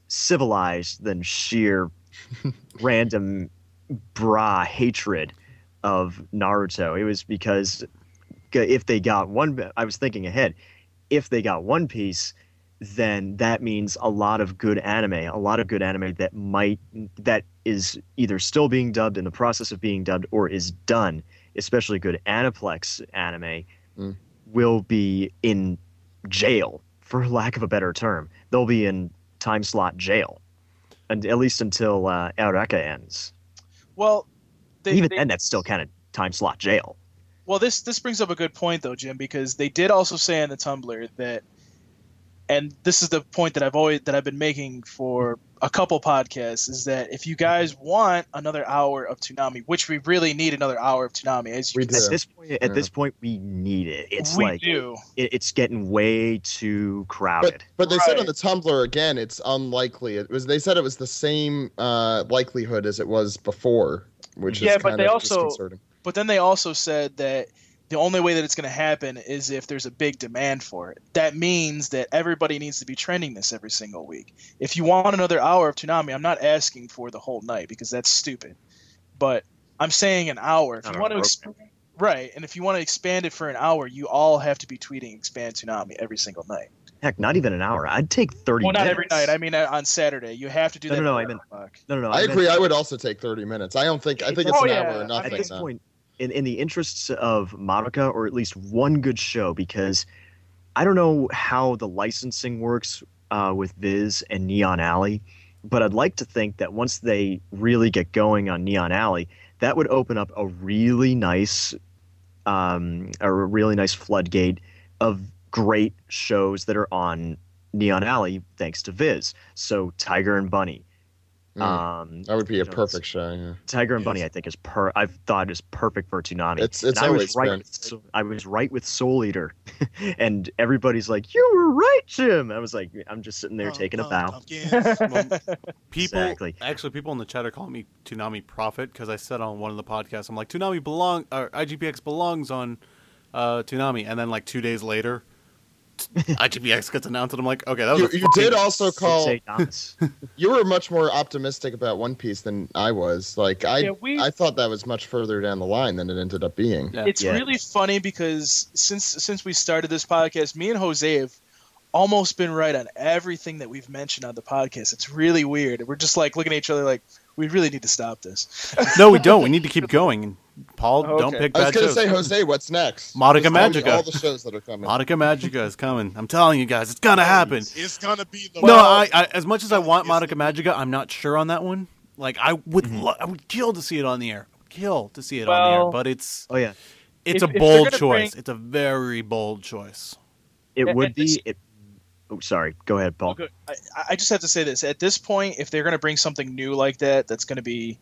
civilized than sheer random bra hatred of Naruto. It was because g- if they got one, I was thinking ahead. If they got One Piece, then that means a lot of good anime, a lot of good anime that might that is either still being dubbed in the process of being dubbed or is done especially good Aniplex anime, Mm. will be in jail, for lack of a better term. They'll be in time slot jail, and at least until uh, Eureka ends. Well, they, Even they- then, that's still kind of time slot jail. well, this this brings up a good point though, Jim, because they did also say on the Tumblr that and this is the point that I've always that I've been making for a couple podcasts is that if you guys want another hour of Toonami, which we really need another hour of Toonami, as you We can do. see, At this point, at this point, we need it. It's we like do. it, it's getting way too crowded. But, but they said on Right. the Tumblr again, it's unlikely. It was they said it was the same uh, likelihood as it was before, which Yeah, is but kind they of also- disconcerting. But then they also said that the only way that it's going to happen is if there's a big demand for it. That means that everybody needs to be trending this every single week. If you want another hour of Toonami, I'm not asking for the whole night because that's stupid. But I'm saying an hour. If Not you on want a to ex- right, and if you want to expand it for an hour, you all have to be tweeting expand Toonami every single night. Heck, not even an hour. I'd take thirty. Well, not minutes. every night. I mean, uh, on Saturday, you have to do No, that. no, no, for I meant- *laughs* Rock. no, no, no. I meant- agree. I would also take thirty minutes. I don't think. I think it's Oh, an yeah. hour or nothing. at this now. point, in, in the interests of Madoka, or at least one good show, because I don't know how the licensing works uh, with Viz and Neon Alley, but I'd like to think that once they really get going on Neon Alley, that would open up a really nice, um, a really nice floodgate of great shows that are on Neon Alley thanks to Viz. So Tiger and Bunny. Mm, Um, that would be a Jones. perfect show. Yeah. Tiger and Yes. Bunny, I think, is per. I've thought is perfect for Toonami. It's- it's and I was always right. been. With, Soul- I was right with Soul Eater, *laughs* and everybody's like, "You were right, Jim." I was like, "I'm just sitting Oh, there taking a bow." People Exactly. actually, people in the chat are calling me Toonami Prophet because I said on one of the podcasts, I'm like Toonami belong or IGPX belongs on uh, Toonami, and then like two days *laughs* later, IGPX gets announced, and I'm like, okay, that was You, a you fucking- did also call. Sensei Thomas. *laughs* You were much more optimistic about One Piece than I was. Like I, Yeah, we- I thought that was much further down the line than it ended up being. Yeah. it's Yeah. really funny because since since we started this podcast, me and Jose have almost been right on everything that we've mentioned on the podcast. It's really weird. We're just like looking at each other like we really need to stop this. *laughs* no, we don't. We need to keep going. Paul, don't Oh, Okay. pick I was bad gonna shows. say, Jose, what's next? Modica Just tell me Magica. All the shows that are coming. Monica Magica is coming. I'm telling you guys, it's gonna happen. It's gonna be the no, I, I as much as I want Yes. Monica Magica, I'm not sure on that one. Like I would, Mm-hmm. lo- I would kill to see it on the air. Kill to see it on the air, Well- but it's oh yeah, it's If- a if they're bold gonna choice. bring- It's a very bold choice. it And- would and this- be. It, oh, sorry. Go ahead, Paul. Okay. I, I just have to say this at this point, if they're going to bring something new like that, that's going to be,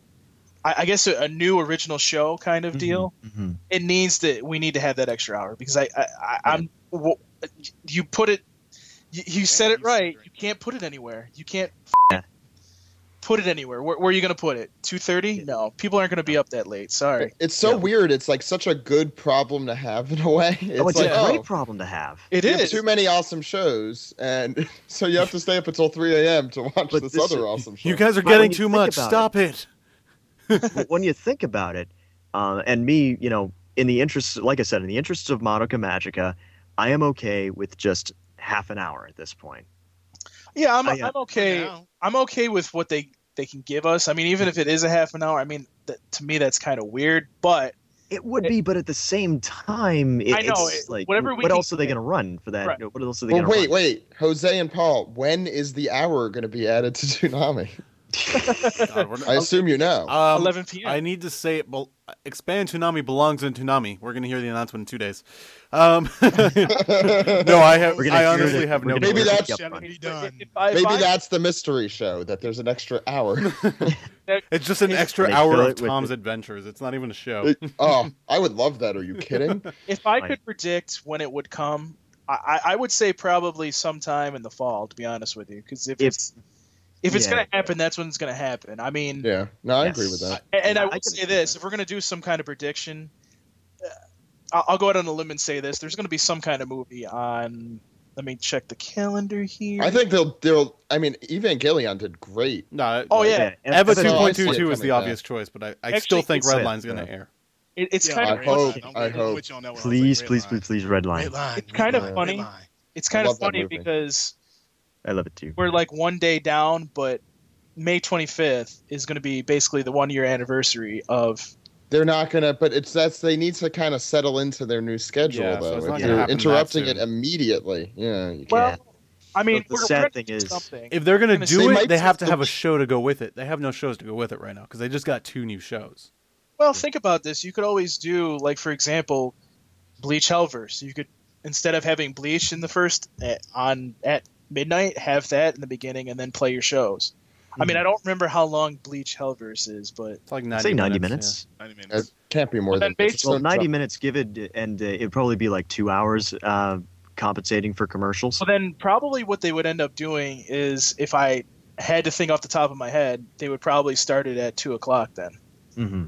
I, I guess, a, a new original show kind of deal. Mhm. It needs that we need to have that extra hour because I, I, I I'm w- you put it, you, you said it right. you said it right. You can't put it anywhere. You can't Yeah. put it anywhere. Where, where are you going to put it? Two thirty? No, people aren't going to be up that late. Sorry. It's so Yeah. weird. It's like such a good problem to have in a way. It's, Oh, it's like a great oh, problem to have. It you have is. too many awesome shows, and *laughs* so you have to stay up until 3 a.m. to watch But this, this other is- awesome show. You guys are But when getting you too think much. about it- Stop it. But when you think about it, uh, and me, you know, in the interest, like I said, in the interests of Madoka Magica, I am okay with just half an hour at this point. Yeah, I'm, I, uh, I'm okay. *laughs* I'm okay with what they they can give us. I mean, even if it is a half an hour, I mean, th- to me that's kind of weird. But It would be, but at the same time, it, Eh I know, it's it- like whatever we what can else are they get. going to run for that? Right. What else are they Well, going to wait, wait. Jose and Paul, when is the hour going to be added to Toonami? God, we're not- I assume you know. Um, 11 p.m. I need to say it. Bel- Expand Toonami belongs in Toonami. We're gonna hear the announcement in two days. Um, *laughs* no, *laughs* I have. We're gonna I hear honestly that- have we're gonna no. Maybe clue. hear that's- that- Shall be But done. if I, Maybe if I- that's the mystery show that there's an extra hour. It's just an extra They hour fill of it with Tom's it. adventures. It's not even a show. It- oh, I would love that. Are you kidding? if I Right. could predict when it would come, I, I- I would say probably sometime in the fall. To be honest with you, because if, If- it's if it's yeah. gonna happen, that's when it's gonna happen. I mean, Yeah. No, I agree Yes. with that. a- and Yeah, I I will can say see this: if we're gonna do some kind of prediction, uh, I'll, I'll go out on a limb and say this: there's gonna be some kind of movie on. Let me check the calendar here. I think they'll they'll I mean, Evangelion did great. No. Oh, no. yeah. and- Eva That's two all I point see two it two is coming the back. obvious choice, but I, I still Actually, think it's- Redline's gonna air. It- it's Yeah, kind of I Redline. I'm hope- I with hope. you on that one. I was Please, like, please, Redline. please, please, red line. Redline, It's kind of Redline, funny. Redline. it's kind I of love that funny movie. because I love it too. we're like one day down, but May 25th is going to be basically the one year anniversary of. They're not gonna, but it's that's they need to kind of settle into their new schedule Yeah, so though. it's not If gonna you're happen that interrupting soon. it immediately. Yeah, you Well, can't. I mean, But the we're, we're sad gonna thing do is- something. If they're gonna They do it, might they have just to go- have a show to go with it. They have no shows to go with it right now because they just got two new shows. well, think about this. You could always do, like, for example, Bleach Hellverse. You could, instead of having Bleach in the first, eh, on at midnight, have that in the beginning, and then play your shows. I Hmm. mean, I don't remember how long Bleach Hellverse is, but It's like 90 say 90 minutes. minutes. 90 minutes. It can't be more Well, than then it's based- a Well, film 90 drop. minutes, give it, and uh, it'd probably be like two hours uh, compensating for commercials. well, then probably what they would end up doing is if I had to think off the top of my head, they would probably start it at two o'clock then. Mm-hmm, hmm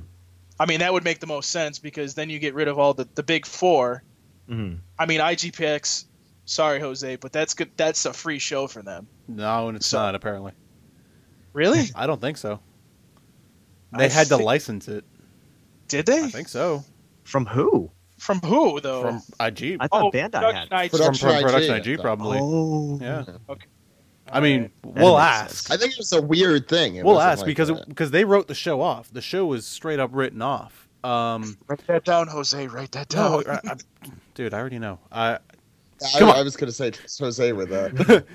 I mean, that would make the most sense because then you get rid of all the, the big four. hmm mm-hmm. I mean, IGPX, sorry, Jose, but that's good. That's a free show for them. No, and it's So- not, apparently. Really? I don't think so. I They had to thi- license it. *laughs* Did they? I think so. From who? From who, though? From IG. I thought Oh, Bandai Production had. IG. From, Production from IG, Production I IG, thought. probably. Oh, Yeah. I All mean, right. we'll makes ask. sense. I think it was a weird thing. It We'll wasn't ask like because that. it, because they wrote the show off. The show was straight up written off. Um, write that down, Jose. Write that no, down. I, I- dude, I already know. I I, Come on. I was going to say trust Jose *laughs* with that.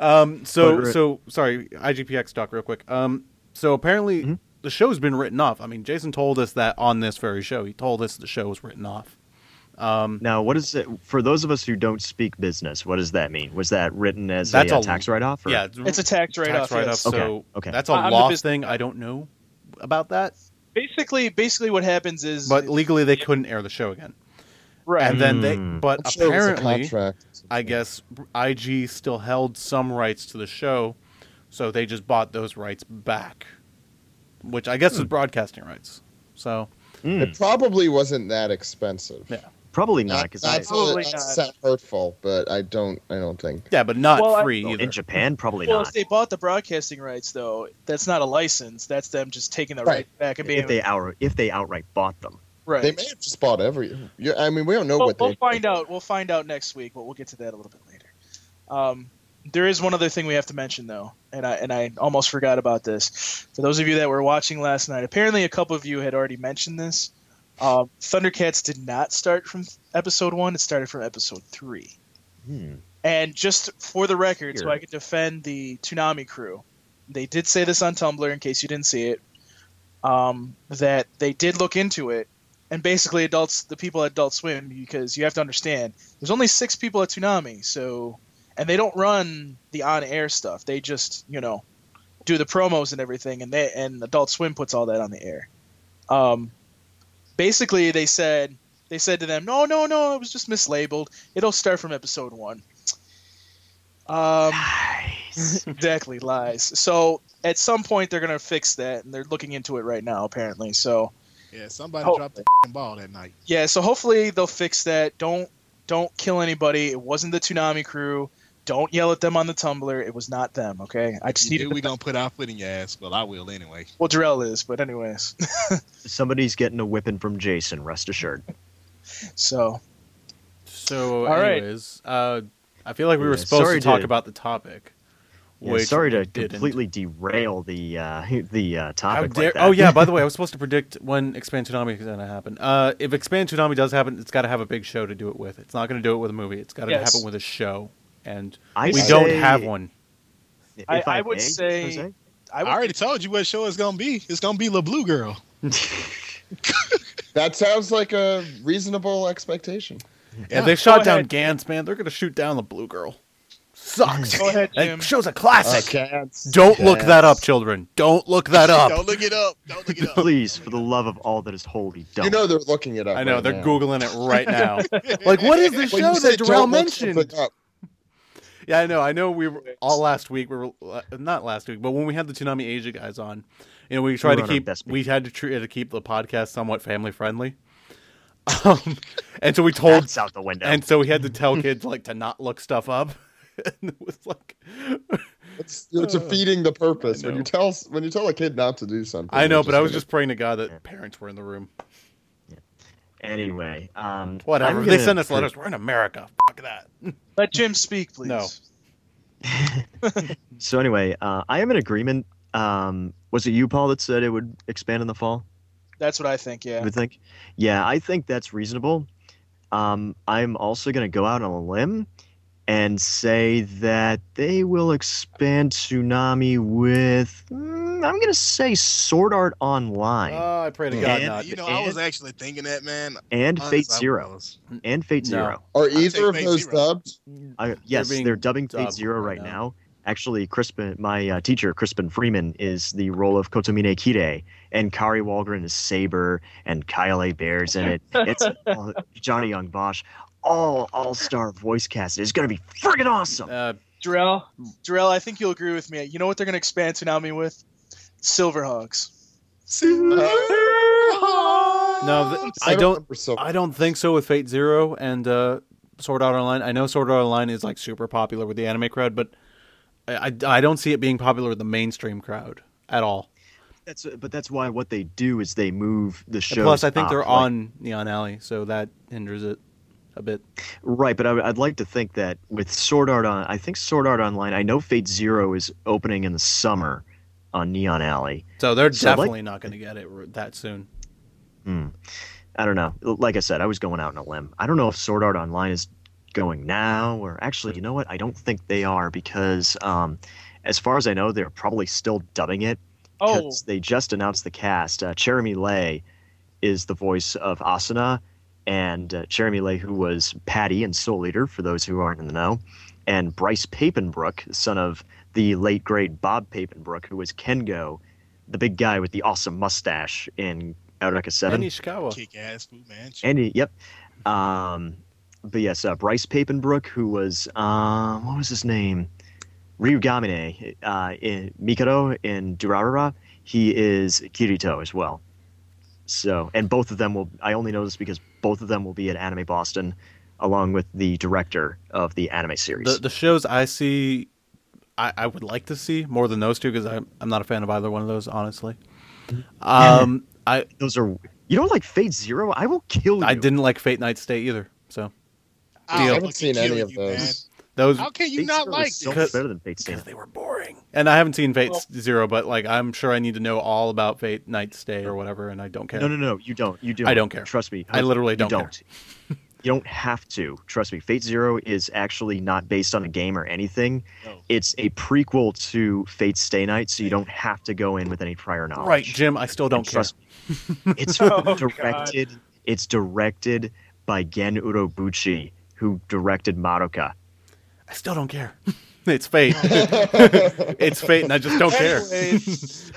um, so But- so sorry, IGPX doc, real quick. Um, so apparently Mhm. the show's been written off. I mean, Jason told us that on this very show. He told us the show was written off. Um, Now, what is it for those of us who don't speak business? What does that mean? Was that written as That's a, uh, a- tax write-off? Or? yeah, it's a tax write-off. uh, tax write-off. yes. Okay, So okay. that's a I- I'm the law bus- thing. I don't know about that, Basically, basically, what happens is, but legally they couldn't air the show again. right? And then they, Mm. but I'm sure it was a apparently, contract. I guess IG still held some rights to the show, so they just bought those rights back, which I guess is broadcasting rights. So Hmm, It probably wasn't that expensive. Yeah. probably not because that's I Probably that's not. sound hurtful, but I don't. I don't think. yeah, but not Well, I- free either. in Japan probably well, if not. they bought the broadcasting rights, though, that's not a license. That's them just taking the Right. right back and being If they out, if they outright bought them, right. They may have just bought every. you- I mean, we don't know Well, what they. we'll find out. We'll find out next week, but we'll get to that a little bit later. Um, there is one other thing we have to mention, though, and I and I almost forgot about this. For those of you that were watching last night, apparently a couple of you had already mentioned this. Um, Thundercats did not start from episode one; it started from episode three. hmm. And just for the record, so Here. I can defend the Toonami crew, they did say this on Tumblr in case you didn't see it, um, that they did look into it. And basically, adults, the people at Adult Swim, because you have to understand, there's only six people at Toonami, so, and they don't run the on-air stuff. They just, you know, do the promos and everything, and they and Adult Swim puts all that on the air. Um, basically, they said they said to them, "No, no, no, it was just mislabeled. It'll start from episode one." *laughs* Um, *laughs* exactly lies. So at some point they're gonna fix that, and they're looking into it right now apparently. So Yeah, somebody Oh. dropped the ball that night. yeah, so hopefully they'll fix that. Don't don't kill anybody. It wasn't the Toonami crew. Don't yell at them on the Tumblr. It was not them. Okay, I just You knew needed. we gonna put our foot in your ass. Well, I will anyway. Well, Jarrell is, but anyways. *laughs* somebody's getting a whipping from Jason. Rest assured. so so, All right. anyways, uh, I feel like we were Yeah, supposed sorry to talk to- about the topic. Yeah, *laughs* which sorry we to didn't. completely derail the uh, *laughs* the uh, How topic. like dare- that. oh yeah. By the way, I was supposed to predict when Expand Tsunami is going to happen. Uh, if Expand Tsunami does happen, it's got to have a big show to do it with. It's not going to do it with a movie. It's got to Yes. happen with a show, and I we say- don't have one. if I- I would may, say- Jose? I I, would, already told you what show it's gonna be. It's gonna be La Blue Girl. That sounds like a reasonable expectation. Yeah, if they shot down ahead. Gans, man, they're going to shoot down the Blue Girl. Sucks. go ahead, Jim. That show's a classic. Uh, cats. Don't look that up, children. Don't look that up. *laughs* Don't look it up. Don't look it up. Please, *laughs* for the love of all that is holy, don't. You know they're looking it up. I know right they're now. googling it right *laughs* now. like, what is the Well, show that you said Darrell don't look uh, mentioned? something up. Yeah, I know. I know. We were all last week. We were uh, not last week, but when we had the Tsunami Asia guys on, you know, we tried were to on our keep best we had to try to keep the podcast somewhat family friendly. *laughs* Um, and so we told That's out the window. and so we had to tell kids like to not look stuff up. *laughs* and it was like, It's, you're defeating the purpose Uh, I when know. you tell s- when you tell a kid not to do something. I know, you're but I was gonna- just praying to God that Yeah. parents were in the room. anyway, um, Whatever. I'm They gonna sent us pre- letters. We're in America. Fuck that. Let Jim speak, please. No. So anyway, uh, I am in agreement. Um, was it you, Paul, that said it would expand in the fall? That's what I think. I Yeah. would think. Yeah, I think that's reasonable. Um, I'm also going to go out on a limb and say that they will expand Tsunami with, mm, I'm going to say Sword Art Online Oh, I pray to God And- not. you know, I was and- actually thinking that, man. and Honest, Fate I Zero. was. And Fate No. Zero. Are I'll either take of Fate those Zero. *laughs* dubbed? I, yes, being they're dubbing Fate dubbed Zero right right now. now. Actually, Crispin, my uh, teacher, Crispin Freeman, is the role of Kotomine Kide, and Kari Walgren is Saber, and Kyle A. Bear's in it. *laughs* It's uh, Johnny Young Bosch. All all star voice cast. It's going to be friggin' awesome. Uh, Drell, Drell, I think you'll agree with me. You know what they're going to expand Tsunami with? Silverhawks. no, th- I don't. remember so- I don't think so with Fate Zero and uh, Sword Art Online. I know Sword Art Online is like super popular with the anime crowd, but I, I, I don't see it being popular with the mainstream crowd at all. That's but that's why what they do is they move the And show. Plus, I think they're on Neon Alley, so that hinders it a bit. Right, but I, would- I'd like to think that with Sword Art on, I think Sword Art Online. I know Fate Zero is opening in the summer on Neon Alley. So they're So, like- definitely not going to get it r- that soon. Hmm. I don't know. Like I said, I was going out on a limb. I don't know if Sword Art Online is going now, or actually, you know what? I don't think they are because, um, as far as I know, they're probably still dubbing it. Oh, 'cause they just announced the cast. Uh, Jeremy Lay is the voice of Asuna, and uh, Jeremy Lay, who was Patty and Soul Eater, for those who aren't in the know, and Bryce Papenbrook, son of the late great Bob Papenbrook, who was Kengo, the big guy with the awesome mustache in Eureka Seven. And Ishikawa. Kick ass Fu Manchu. Andy, yep. Um, but yes, uh, Bryce Papenbrook, who was um, what was his name? Ryugamine, uh, in Mikado in Durarara. He is Kirito as well. So, and both of them will. I only know this because both of them will be at Anime Boston, along with the director of the anime series. The, the shows I see, I, I would like to see more than those two because I'm, I'm not a fan of either one of those, honestly. Um, I Those are you don't like Fate Zero? I will kill you. I didn't like Fate Night Stay either. So I'll I fucking haven't seen kill any of you, man. those. those How can you Fate not Zero like is so this? much better than Fate Zero. because they were boring. And I haven't seen Fate Zero, but like I'm sure I need to know all about Fate Night Stay or whatever, and I don't care. No, no, no. You don't. You do. I don't care. Trust me. I literally you don't care. *laughs* you don't have to. Trust me. Fate Zero is actually not based on a game or anything. No. It's a prequel to Fate Stay Night, so you don't have to go in with any prior knowledge. Right, Jim, I still don't And trust me. *laughs* It's Oh, directed. It's directed by Gen Urobuchi, who directed Madoka. care. I still don't care. *laughs* it's Fate. *laughs* it's Fate, and I just don't care. Anyways,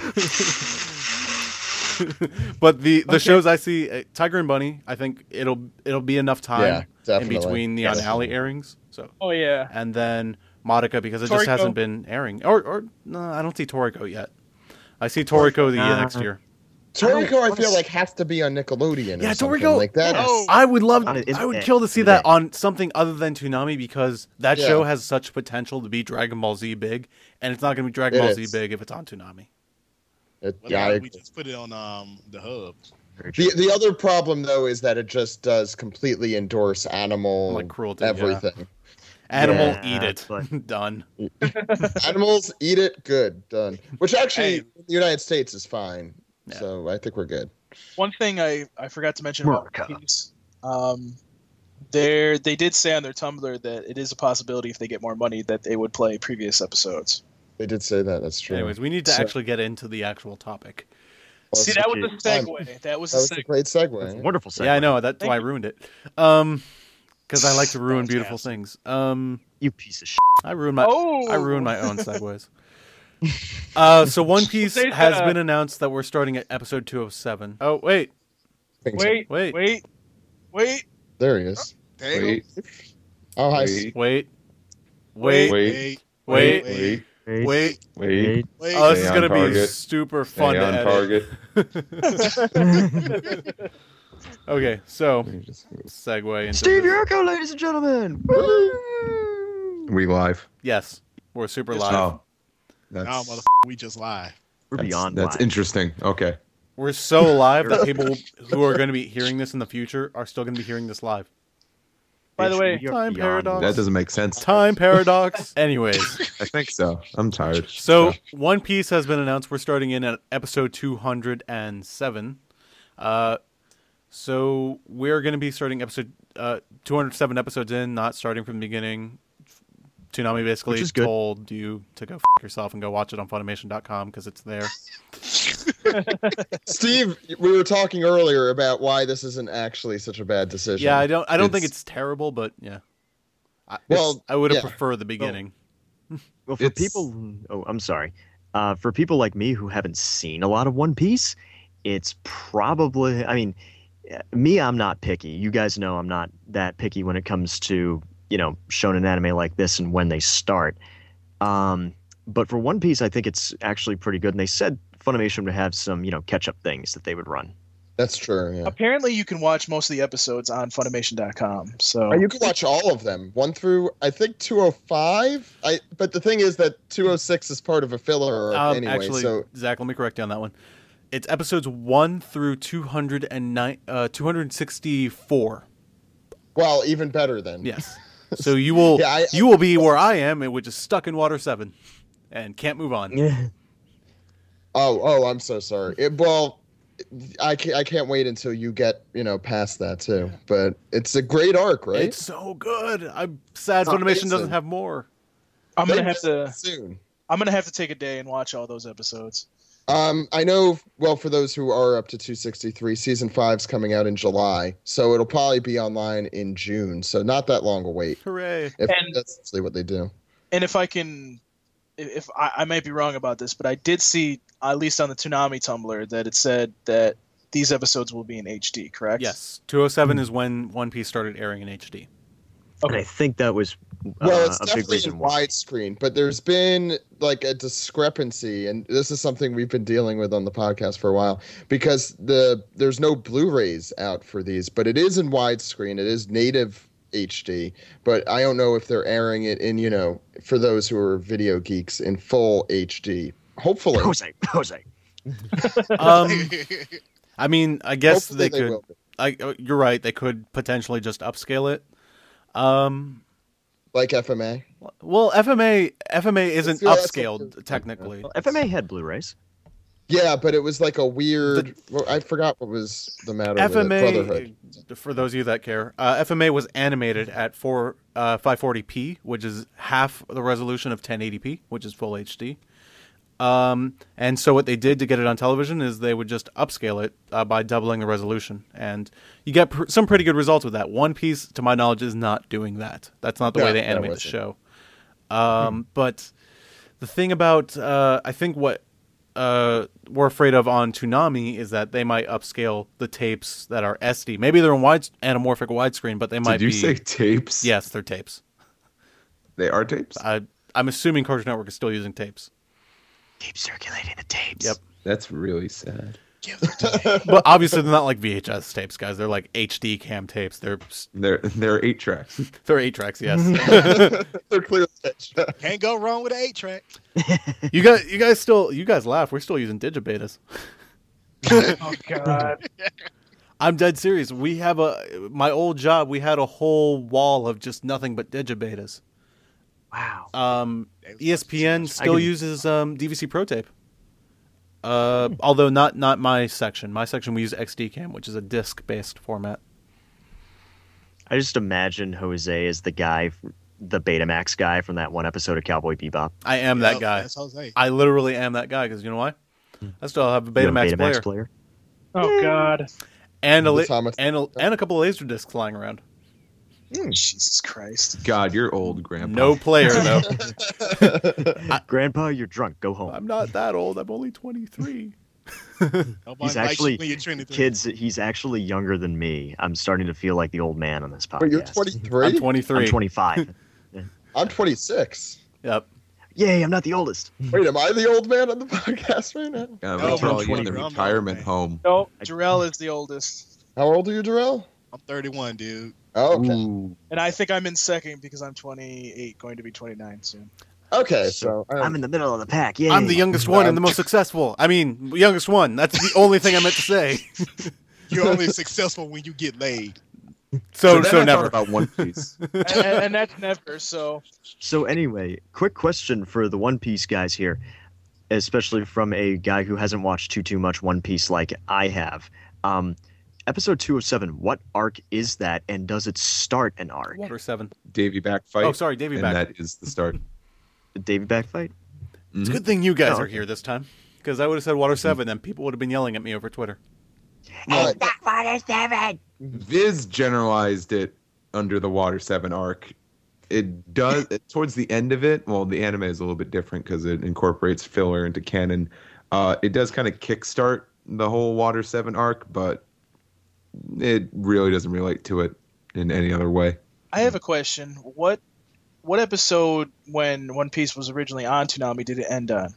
But the the shows I see, uh, Tiger and Bunny, I think it'll it'll be enough Yeah, time in definitely. between Neon Yes. Alley airings. So oh yeah. and then Modica because it just Toriko. hasn't been airing. Or or no, I don't see Toriko yet. I see Toriko the Uh, next year. Toriko, I wanna feel s- like has to be on Nickelodeon. Yeah, or something. Toriko- Like that. yes. is- Oh. I would love. On it, isn't I would it? kill to see Isn't that it? on something other than Toonami because that Yeah. show has such potential to be Dragon Ball Z big, and it's not going to be Dragon It Ball is. Z big if it's on Toonami. it- Why *laughs* yeah, not I- we just put it on um the hub. The the other problem though is that it just does completely endorse animal Like cruelty, yeah. everything. Animal Yeah, eat it. but- *laughs* Done. Animals eat it, good done. Which actually, Hey. in the United States is fine. Yeah. So I think we're good. One thing I, I forgot to mention about America. Peeps, um, there they did say on their Tumblr that it is a possibility if they get more money that they would play previous episodes. They did say that. That's true. Anyways, we need to So- actually get into the actual topic. Well, See, that that was a time. segue. That was a was a segue. great That's a segue. wonderful. Segue. Yeah, I know. That's Thank why I ruined it. Um, because I like to ruin was beautiful awesome. things. Um, You piece of shit. I ruined my. Oh, I ruined my own *laughs* segues. Uh, so One Piece Say has that. been announced that we're starting at episode 207. Oh, wait, Things- Wait, Wait. wait, wait, wait. There he is. There you Wait, Oh hi. Wait. wait, wait, wait, Wait. go. Wait, wait. wait, wait. wait. wait. Oh, this Stay is on gonna be target. super fun Stay to on edit. target. Okay, so We just- segue into Steve this. Yurko, ladies and gentlemen. Woo! We live. Yes, we're super Yes, live. Oh, no, that's motherfucker, we just live. We're that's, beyond that's live. interesting. Okay. We're so live *laughs* that people who are going to be hearing this in the future are still going to be hearing this live. By the Bitch, way- we are Time beyond paradox. live. That doesn't make *laughs* sense. Time paradox. Anyways, I think so. I'm tired. So, One Piece has been announced. We're starting in at episode 207. Uh, so we're going to be starting episode uh, 207 episodes in, not starting from the beginning. Toonami basically Which is good. told you to go f- yourself and go watch it on Funimation.com because it's there. Steve, we were talking earlier about why this isn't actually such a bad decision. Yeah, I don't. I don't think It's- it's terrible, but yeah. I, Well, I would have yeah. preferred the beginning. Well, for It's- people, oh, I'm sorry. Uh, for people like me who haven't seen a lot of One Piece, it's probably. I mean, eh, me, I'm not picky. You guys know I'm not that picky when it comes to you know shonen anime like this and when they start. Um, but for One Piece, I think it's actually pretty good. And they said Funimation would have some you know catch up things that they would run. That's true. Yeah. Apparently, you can watch most of the episodes on Funimation.com. So Or you can watch all of them, one through I think 205. I but the thing is that 206 is part of a filler arc Um, anyway. actually, so Zach, let me correct you on that one. It's episodes one through two hundred and nine, uh, two hundred sixty-four. well, even better then. Yes. *laughs* So you will Yeah, I- you will be where I am, and which is stuck in water seven, and can't move on. Yeah. Oh, oh, I'm so sorry. It, well, I can't, I can't wait until you get you know past that too. But it's a great arc, right? It's so good. I'm sad It's Funimation doesn't amazing. have more. I'm They gonna have will to. soon. I'm gonna have to take a day and watch all those episodes. Um, I know. Well, for those who are up to 263, season five's coming out in July, so it'll probably be online in June. So not that long a wait. Hooray! If And- that's actually what they do. And if I can, if, if I, I might be wrong about this, but I did see at least on the Toonami Tumblr that it said that these episodes will be in HD. Correct? Yes, two hundred seven is when One Piece started airing in *laughs* HD. And I think that was uh, Well, it's a big definitely reason in why. widescreen, but there's been like a discrepancy, and this is something we've been dealing with on the podcast for a while because the there's no Blu-rays out for these, but it is in widescreen. It is native HD, but I don't know if they're airing it in you know for those who are video geeks in full HD. Hopefully, Jose, Jose. Um, I mean, I guess hopefully they could. will. I, uh, you're right. They could potentially just upscale it. Um, Like FMA, well, FMA FMA isn't feel that's upscaled what- technically. uh, Well, FMA had Blu-rays. yeah, but it was like a weird. well, I forgot what was the matter. with it. Brotherhood. FMA, for those of you that care, uh, FMA was animated at four uh, 540p, which is half the resolution of 1080p, which is full HD. Um, and so what they did to get it on television is they would just upscale it uh, by doubling the resolution, and you get pr- some pretty good results with that. One Piece, to my knowledge, is not doing that. That's not the No, way they no, animate the it's not. show. Um, But the thing about uh, I think what uh, we're afraid of on Toonami is that they might upscale the tapes that are SD. Maybe they're in wide anamorphic widescreen, but they might Did you be. say tapes? yes, they're tapes. They are tapes? I, I'm assuming Cartoon Network is still using tapes. Keep circulating the tapes. Yep. That's really sad. Give it to me. But obviously, they're not like VHS tapes, guys. They're like HD cam tapes. They're They're they're eight tracks. they're eight tracks. *laughs* Yes. *laughs* They're clearly *laughs* Can't go wrong with an eight track. you guys, you guys still, you guys laugh. We're still using digibetas. Oh God. *laughs* I'm dead serious. We have a my old job. We had a whole wall of just nothing but digibetas. Wow. Um, ESPN still can- uses um, DVC Pro Tape. Uh, although not not my section. My section we use XD Cam, which is a disc based format. I just imagine Jose is the guy, the Betamax guy from that one episode of Cowboy Bebop. I am Yup, that guy. That's Jose. I literally am that guy because you know why? I still have a You know, Betamax, player, Oh God. and a The li- Thomas- and a, and a couple of laser discs lying around. Hmm. Jesus Christ. God, you're old, Grandpa. No player though. Grandpa, you're drunk. Go home. I'm not that old. I'm only 23. Nobody He's likes you actually when you're 23. kids. He's actually younger than me. I'm starting to feel like the old man on this podcast. But you're 23. I'm 23. I'm 25. I'm 26. Yep. *laughs* Yay! I'm not the oldest. Hmm. Wait, am I the old man on the *laughs* podcast right now? God, No, we're probably I'm in the 23. retirement home. No, I- Jarrell is the oldest, How old are you, Darrell? I'm 31, dude. Oh, okay. Ooh. and I think I'm in second because I'm 28, going to be 29 soon. Okay, so I don't- I'm in the middle of the pack. Yay! um, I'm the youngest one and the most successful. I mean, youngest one. That's the only thing I meant to *laughs* say. You're only successful when you get laid. So then so, I thought never. about One *laughs* Piece. *laughs* and, and- and that's never. So So anyway, quick question for the One Piece guys here, especially from a guy who hasn't watched too too much One Piece like I have. Um, episode 207, what arc is that, and does it start an arc? Water seven. Davy back fight. Oh, sorry, Davy and back. that is the start. The Davy back fight? It's a Mm-hmm. good thing you guys Oh, are here this time because I would have said Water seven, and people would have been yelling at me over Twitter. Right. Viz generalized it under the Water Seven arc. *laughs* It does towards the end of it. Well, the anime is a little bit different because it incorporates filler into canon. Uh, it does kind of kickstart the whole Water Seven arc, but it really doesn't relate to it in any other way. I have a question. What what episode when One Piece was originally on Toonami did it end on?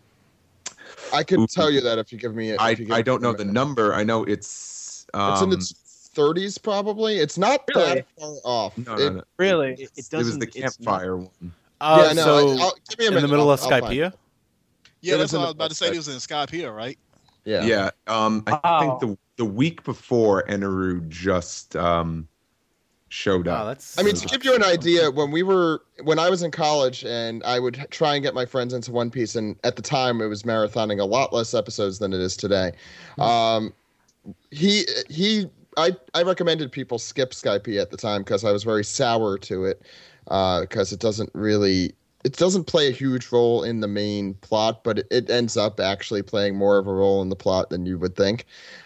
I could Ooh. tell you that if you give me. if I you give I me don't a know the minute. number. I know it's. Um, It's in its 30s, probably. It's not Really? that far off. no, It- no, no. Really? it It was the it's not- campfire one. Uh, yeah, no. so I- I'll- give me a in minute. the middle I'll- of I'll find it. Skypea, Yeah, It that's was in what I the was about to say. flashback. He was in Skype here, right? Yeah. Yeah. Um, I Wow. think the the week before Eneru just um, showed wow, up. Oh, that's I mean, to give you an idea, when we were when I was in college, and I would try and get my friends into One Piece, and at the time it was marathoning a lot less episodes than it is today. Um, he he, I I recommended people skip Skype at the time because I was very sour to it because it doesn't really it doesn't play a huge role in the main plot, but it, it ends up actually playing more of a role in the plot than you would think.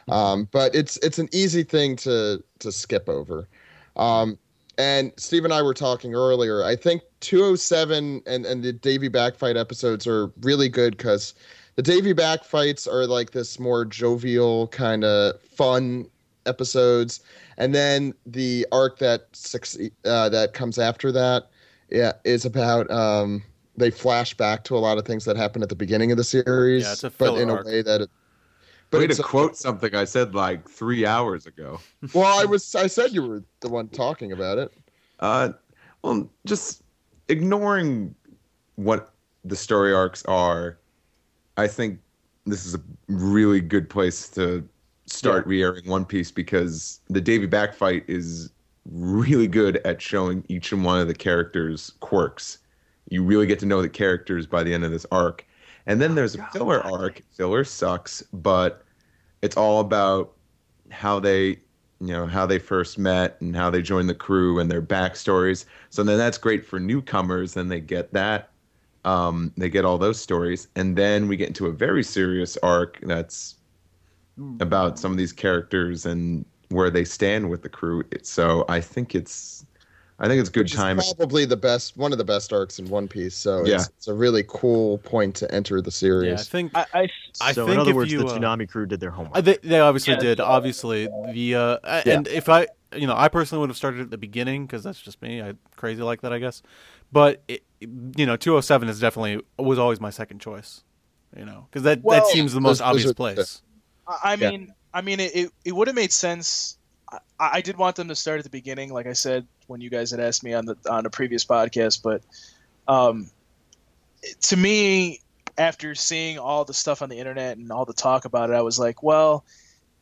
Um, but it's it's an easy thing to to skip over. Um, and Steve and I were talking earlier. I think 207 and, and the Davy back fight episodes are really good because the Davy back fights are like this more jovial kind of fun episodes, and then the arc that succe- uh, that comes after that, yeah, is about um, they flash back to a lot of things that happened at the beginning of the series, Yeah, it's a but filler in arc. a way that it. Way it's to a- quote something I said like three hours ago. well, I was I said you were the one talking about it. Uh, well, just ignoring what the story arcs are, I think this is a really good place to start re-airing One Piece because the Davy Back fight is really good at showing each and one of the characters' quirks. You really get to know the characters by the end of this arc. And then there's a filler arc. Filler sucks, but it's all about how they you know how they first met and how they joined the crew and their backstories so then that's great for newcomers then they get that um, they get all those stories and then we get into a very serious arc that's Hmm. about some of these characters and where they stand with the crew It- so i think it's i think it's good which time is probably the best one of the best arcs in One Piece. So it's, Yeah. it's a really cool point to enter yeah. I the series. think I, I I so think in other if words, you, the uh, Tsunami crew did their homework. Uh, They, they obviously Yeah. did. Obviously, the uh, a- Yeah. and if I, you know, I personally would have started at the beginning because that's just me. I crazy like that, I guess. But it, you know, two hundred seven is definitely was always my second choice. You know, because that Well, that seems the most those- those obvious are- place. I I Yeah. mean, I mean, it, it, it would have made sense. I, I did want them to start at the beginning, like I said when you guys had asked me on the on a previous podcast. But um, to me, after seeing all the stuff on the internet and all the talk about it, I was like, well,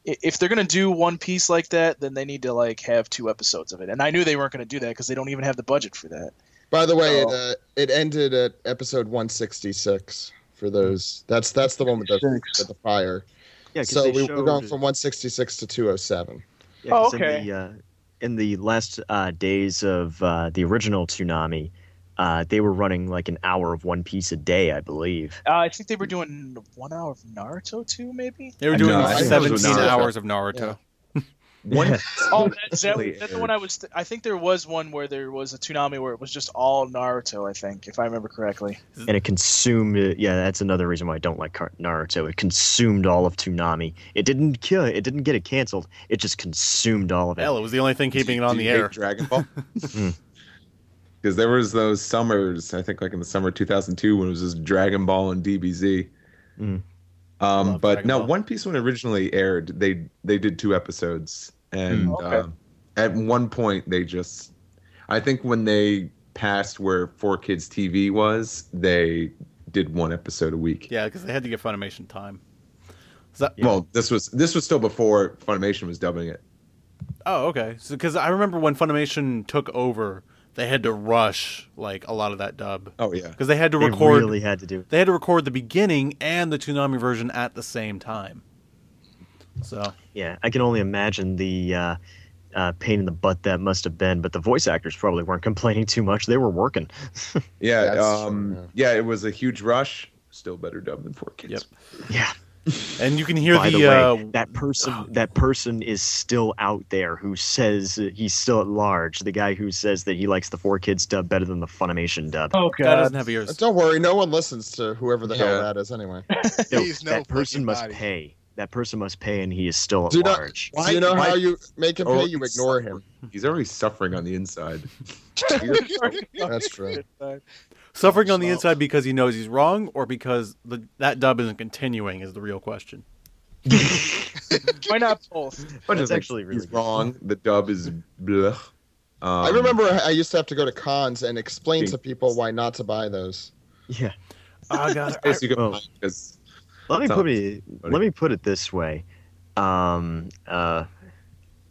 i- if they're gonna do One Piece like that, then they need to like have two episodes of it. And I knew they weren't gonna do that because they don't even have the budget for that. By the way, Oh. it, uh, it ended at episode 166 for those. That's that's the one with the, Six. with the fire. yeah, 'cause so they we, we're showed- going from 166 to 207. Yeah, 'cause Oh, In okay. the, uh, in the last uh, days of uh, the original tsunami, uh, they were running like an hour of One Piece a day, I believe. Uh, I think they were doing one hour of Naruto too, maybe. They were I doing know, I think those were seventeen Naruto. hours of Naruto. one Oh, that's, that, Really that's the one I was. I think there was one where there was a tsunami where it was just all Naruto. I think, if I remember correctly. And it consumed. Yeah, that's another reason why I don't like Car- Naruto. It consumed all of Toonami. It didn't kill. It didn't get it canceled. It just consumed all of it. Hell, it was the only thing keeping it Do on you the hate air. Dragon Ball. *laughs* Because there was those summers, I think, like in the summer 2002, when it was just Dragon Ball and DBZ. Mm. Um, Love but Dragon no, Ball. One Piece when originally aired, they they did two episodes, and Mm. Okay. uh, at one point they just, I think when they passed where Four Kids TV was, they did one episode a week. Yeah, because they had to give Funimation time. So that- Well, this was this was still before Funimation was dubbing it. Oh, okay. Because I remember when Funimation took over, they had to rush like a lot of that dub Oh yeah, because they had to They record. really had to do. they had to record the beginning and the Toonami version at the same time. So Yeah, I can only imagine the uh, uh, pain in the butt that must have been. But the voice actors probably weren't *laughs* complaining too much; they were *laughs* working. Yeah, That's um, true, yeah. it was a huge rush. Still better dub than four kids. Yep. Yeah. and you can hear By the, the, way, uh, that person that person is still out there who says he's still at large. The guy who says that he likes the four kids dub better than the Funimation dub. Oh guy doesn't have ears. Don't worry, no one listens to whoever the Yeah. hell that is anyway. No, Please, no that person fucking must body. pay. That person must pay, and he is still at Do not- *laughs* large. Do you know *laughs* why- how you make him Oh, pay? You it's- ignore him. He's already suffering on *laughs* the inside. *laughs* That's *laughs* true. Suffering on the So- inside because he knows he's wrong, or because the, that dub isn't continuing is the real question. Why not *laughs* That's both? Bunch of things. actually really he's good. wrong. The dub is blech. Um, I remember I used to have to go to cons and explain Big- to people why not to buy those. Yeah. I got it. Basically, Oh. because Let me Sounds put it. Let me put it this way. Um. Uh.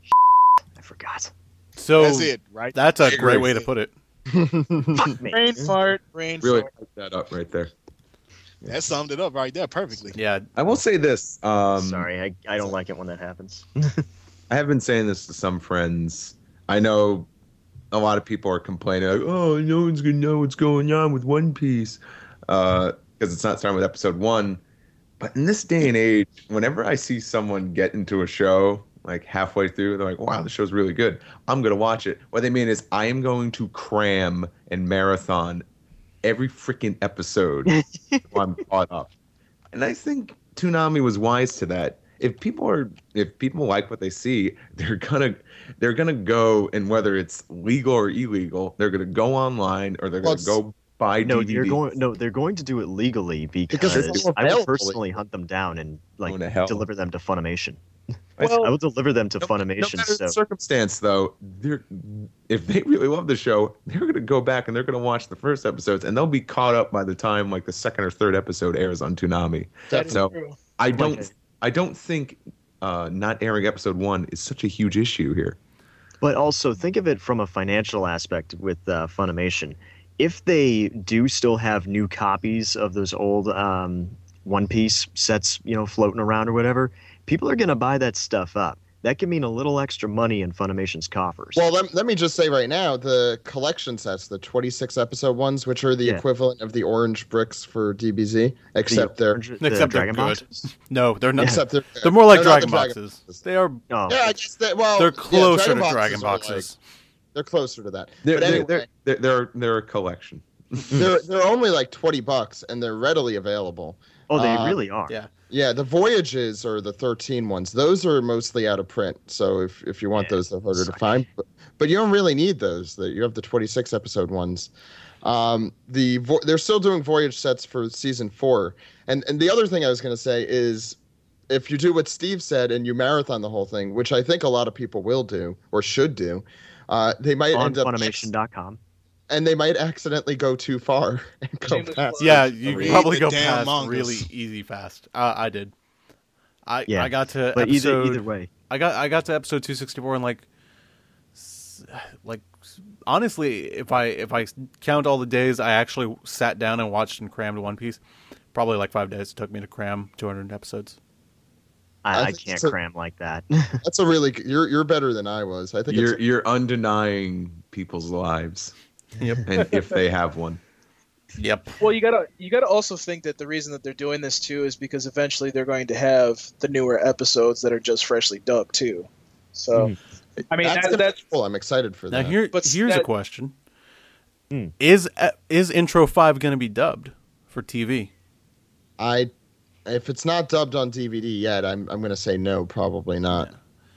*laughs* I forgot. So *laughs* That's it, right? That's a Sure. great way to put it. Fuck me. *laughs* Brain fart, brain really fart. picked that up right there. That summed it up right there perfectly. Yeah, I will say this. *laughs* Um, Sorry, I, I don't like it when that happens. I have been saying this to some friends. I know a lot of people are complaining, like, "Oh, no one's gonna know what's going on with One Piece," because uh, it's not starting with episode one. But in this day and age, whenever I see someone get into a show like halfway through, they're like, "Wow, the show's really good. I'm gonna watch it." What they mean is, I am going to cram and marathon every freaking episode until I'm caught up. And I think Toonami was wise to that. If people are if people like what they see, they're gonna they're gonna go and whether it's legal or illegal, they're gonna go online or they're Well, gonna go buy no, DVDs. they're going. No, they're going to do it legally because, it's still I available. will personally hunt them down and like Going to hell. Oh. deliver them to Funimation. Well, I will deliver them to No- No Funimation. matter so the circumstance, though, they're if they really love the show, they're gonna go back and they're gonna watch the first episodes, and they'll be caught up by the time like the second or third episode airs on Toonami. that is so- true. I don't Okay. I don't think uh, not airing episode one is such a huge issue here. But also think of it from a financial aspect with uh, Funimation. If they do still have new copies of those old um, One Piece sets, you know, floating around or whatever, people are going to buy that stuff up. That can mean a little extra money in Funimation's coffers. Well, let, let me just say right now, the collection sets, the 26 episode ones, which are the Yeah. equivalent of the orange bricks for DBZ, The except they're orange- the except they're Dragon good. Boxes? No, they're not. except they're, They're more like they're not the dragon Dragon boxes. They are. Oh, Yeah, I guess that. Well, They're yeah, closer to boxes dragon are like- boxes. they're closer to that. They're, but anyway, they're, they're, they're, they're a collection. they're they're only like 20 bucks, and they're readily available. oh, they Uh, really are. yeah. Yeah, the voyages are the 13 ones. Those are mostly out of print. So if, if you want Yeah, those, they're harder to suck. find. But, but you don't really need those. That you have the 26 episode ones. Um, the vo- they're still doing voyage sets for season four. And and the other thing I was going to say is, if you do what Steve said and you marathon the whole thing, which I think a lot of people will do or should do, uh, they might On end up Funimation.com. and they might accidentally go too far *laughs* and go Shameless past. Yeah, you Read probably the go damn past mangas. really easy fast. Uh, I did. I Yeah, I got to But episode. either either way, I got I got to episode two sixty four and like, s- like honestly, if I if I count all the days I actually sat down and watched and crammed One Piece, probably like five days it took me to cram two hundred episodes. I I, I, think can't it's a- cram like that. Uh, That's a really g- you're you're better than I was. I think it's You're, you're undenying people's lives, Yep. and if they have one. yep. Well, you gotta you gotta also think that the reason that they're doing this too is because eventually they're going to have the newer episodes that are just freshly dubbed too. So, I mean, that's, that, that's cool. I'm excited for Now that. here, But here's a that- question: Hmm. Is uh, is intro five going to be dubbed for TV? I if it's not dubbed on DVD yet, I'm I'm gonna say no, probably not.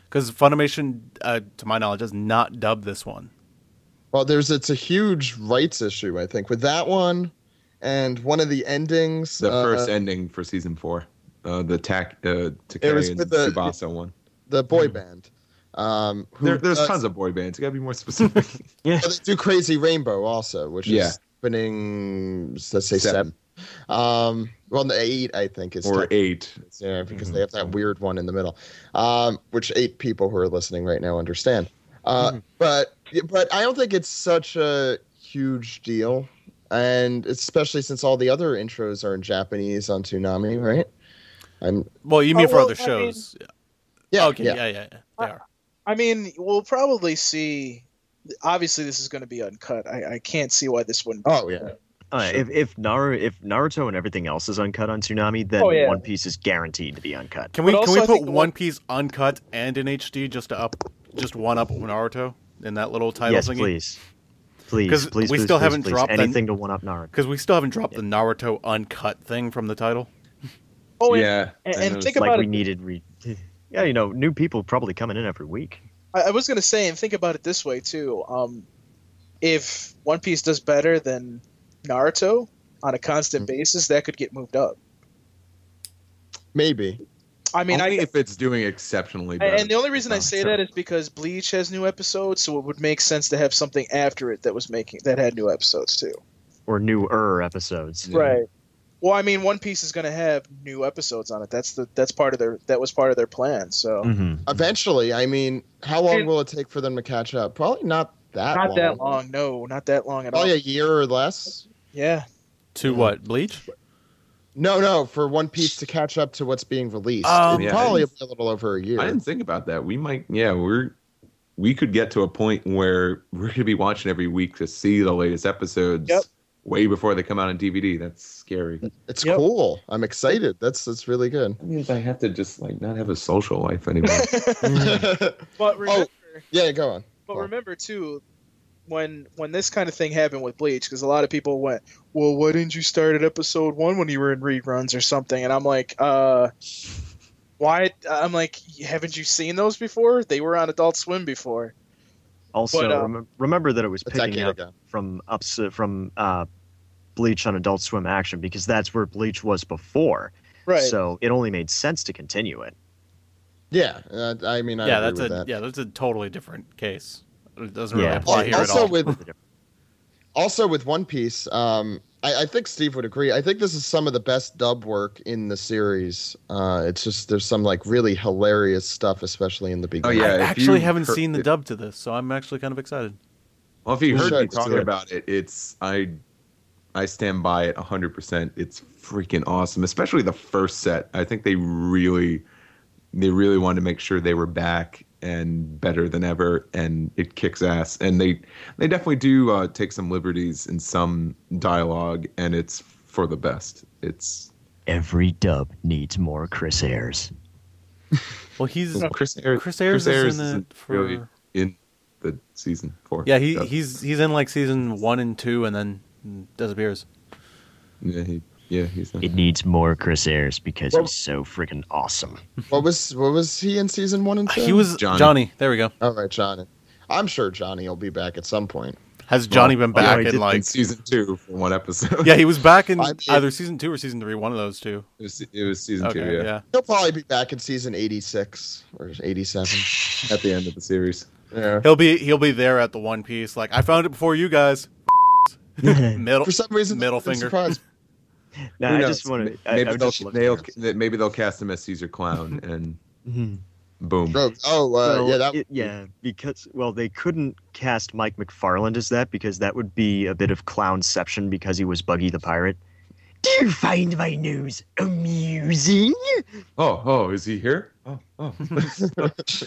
Because Funimation, uh, to my knowledge, has not dubbed this one. Well, there's it's a huge rights issue, I think, with that one and one of the endings. The *laughs* uh, first ending for season four, uh, the tack, uh, It was Takei and with the- Tsubasa one. the boy Hmm. band. Um, who There, there's does- tons of boy bands. You gotta be more *laughs* specific. yeah. well, they do Crazy Rainbow also, which Yeah. is spinning. Let's say Seven. seven. Um, well, the eight I think is or eight. it's there because they have Mm-hmm. that weird one in the middle, um, which eight people who are listening right now understand. Uh, Mm-hmm. But but I don't think it's such a huge deal, and especially since all the other intros are in Japanese on Toonami, right? I'm Well, you Oh, mean for well, other I mean- shows? Yeah. okay, yeah, yeah, yeah, they are. I mean, we'll probably see. Obviously, this is going to be uncut. I, I can't see why this wouldn't. be. Oh yeah. Uh, Sure. if if Naruto if Naruto and everything else is uncut on Tsunami, then Oh, yeah. One Piece is guaranteed to be uncut. Can we But can also we I put think the One, one- Piece uncut and in HD just to up just one up Naruto in that little title Yes, thingy? please, please, 'Cause please, please. we still please, haven't please. dropped that- anything to one up Naruto. Because we still haven't dropped the Naruto uncut thing from the title. Oh, and, yeah. and- I and noticed think that. like about we it- needed re- *laughs* yeah you know new people probably coming in every week I, I was going to say, and think about it this way too. Um, if One Piece does better than Naruto on a constant Mm-hmm. basis, that could get moved up. Maybe. I mean, Only I, if it's doing exceptionally I- bad. and the only reason I Oh, say sure. that is because Bleach has new episodes, so it would make sense to have something after it that was making that had new episodes too. or newer episodes Yeah. Right. Well, I mean, One Piece is going to have new episodes on it. That's the that's part of their that was part of their plan. So Mm. Mm-hmm. Mhm. Eventually, I mean, how long Dude. will it take for them to catch up? Probably not that not long. that long, no, not that long Oh, at all. Probably a year or less. yeah. To what? Bleach? No, no, for One Piece to catch up to what's being released. Um, It'd Yeah. probably be a little over a year. I didn't think about that. We might, yeah, we're we could get to a point where we're going to be watching every week to see the latest episodes Yep. way before they come out on DVD. That's scary. It's Yep. cool. I'm excited. That's that's really *laughs* good. *laughs* That means I have to just like not have a social life anymore. But remember, yeah, go on. but remember too, when when this kind of thing happened with Bleach, because a lot of people went, "Well, why didn't you start at episode one when you were in reruns or something?" And I'm like, uh. Why? I'm like, haven't you seen those before? They were on Adult Swim before. also But, uh, remem- remember that it was A picking decade up ago. from ups from uh bleach on adult swim action because that's where bleach was before Right. *laughs* so it only made sense to continue it Yeah, uh, I mean, I yeah, agree that's a with that. Oh, yeah, that's a totally different case. It doesn't really Yeah. apply here also at all. with *laughs* also with One Piece, um, I, I think Steve would agree. I think this is some of the best dub work in the series. Uh, it's just there's some like really hilarious stuff, especially in the beginning. yeah, I if actually you haven't heard- seen the dub to this, so I'm actually kind of excited. well, if you heard Sure, me it's talking good. about it, it's I I stand by it 100%. It's freaking awesome, especially the first set. I think they really they really wanted to make sure they were back and better than ever and it kicks ass and they they definitely do uh, take some liberties in some dialogue and it's for the best. It's every dub needs more chris Ayres. Well, he's Chris Ayres, Chris Ayres is in it isn't for really in the season 4. yeah. He So, he's he's in like season one and two, and then disappears. yeah, he, yeah, he's not. it needs more chris Ayres because Well- he's so freaking awesome What was what was he in season one and two? Uh, He was Johnny. Johnny. There we go. all right, Johnny. I'm sure Johnny will be back at some point. Has Johnny Oh, been yeah, back he did in in like? in season two for one episode. *laughs* Yeah, he was back in I mean- either season two or season three. One of those two. *laughs* it was, it was season Okay, two. Yeah. yeah. He'll probably be back in season 86 or 87. at the end of the series. Yeah. He'll be he'll be there at the One Piece. Like I found it before you guys. Middle. Oh, For some reason, Middle I'm finger. *laughs* surprised. now, Who i knows? just want to Maybe I, I they'll just looked they'll, for it. that- maybe they'll cast him as *laughs* Caesar Clown and Mhm. boom. Bro, oh, uh, Well, yeah, that it- yeah, because well, they couldn't cast Mike McFarland as that because that would be a bit of clownception because he was Buggy the Pirate. Do you find my news amusing? Oh, oh, is he here? Oh, *laughs* oh.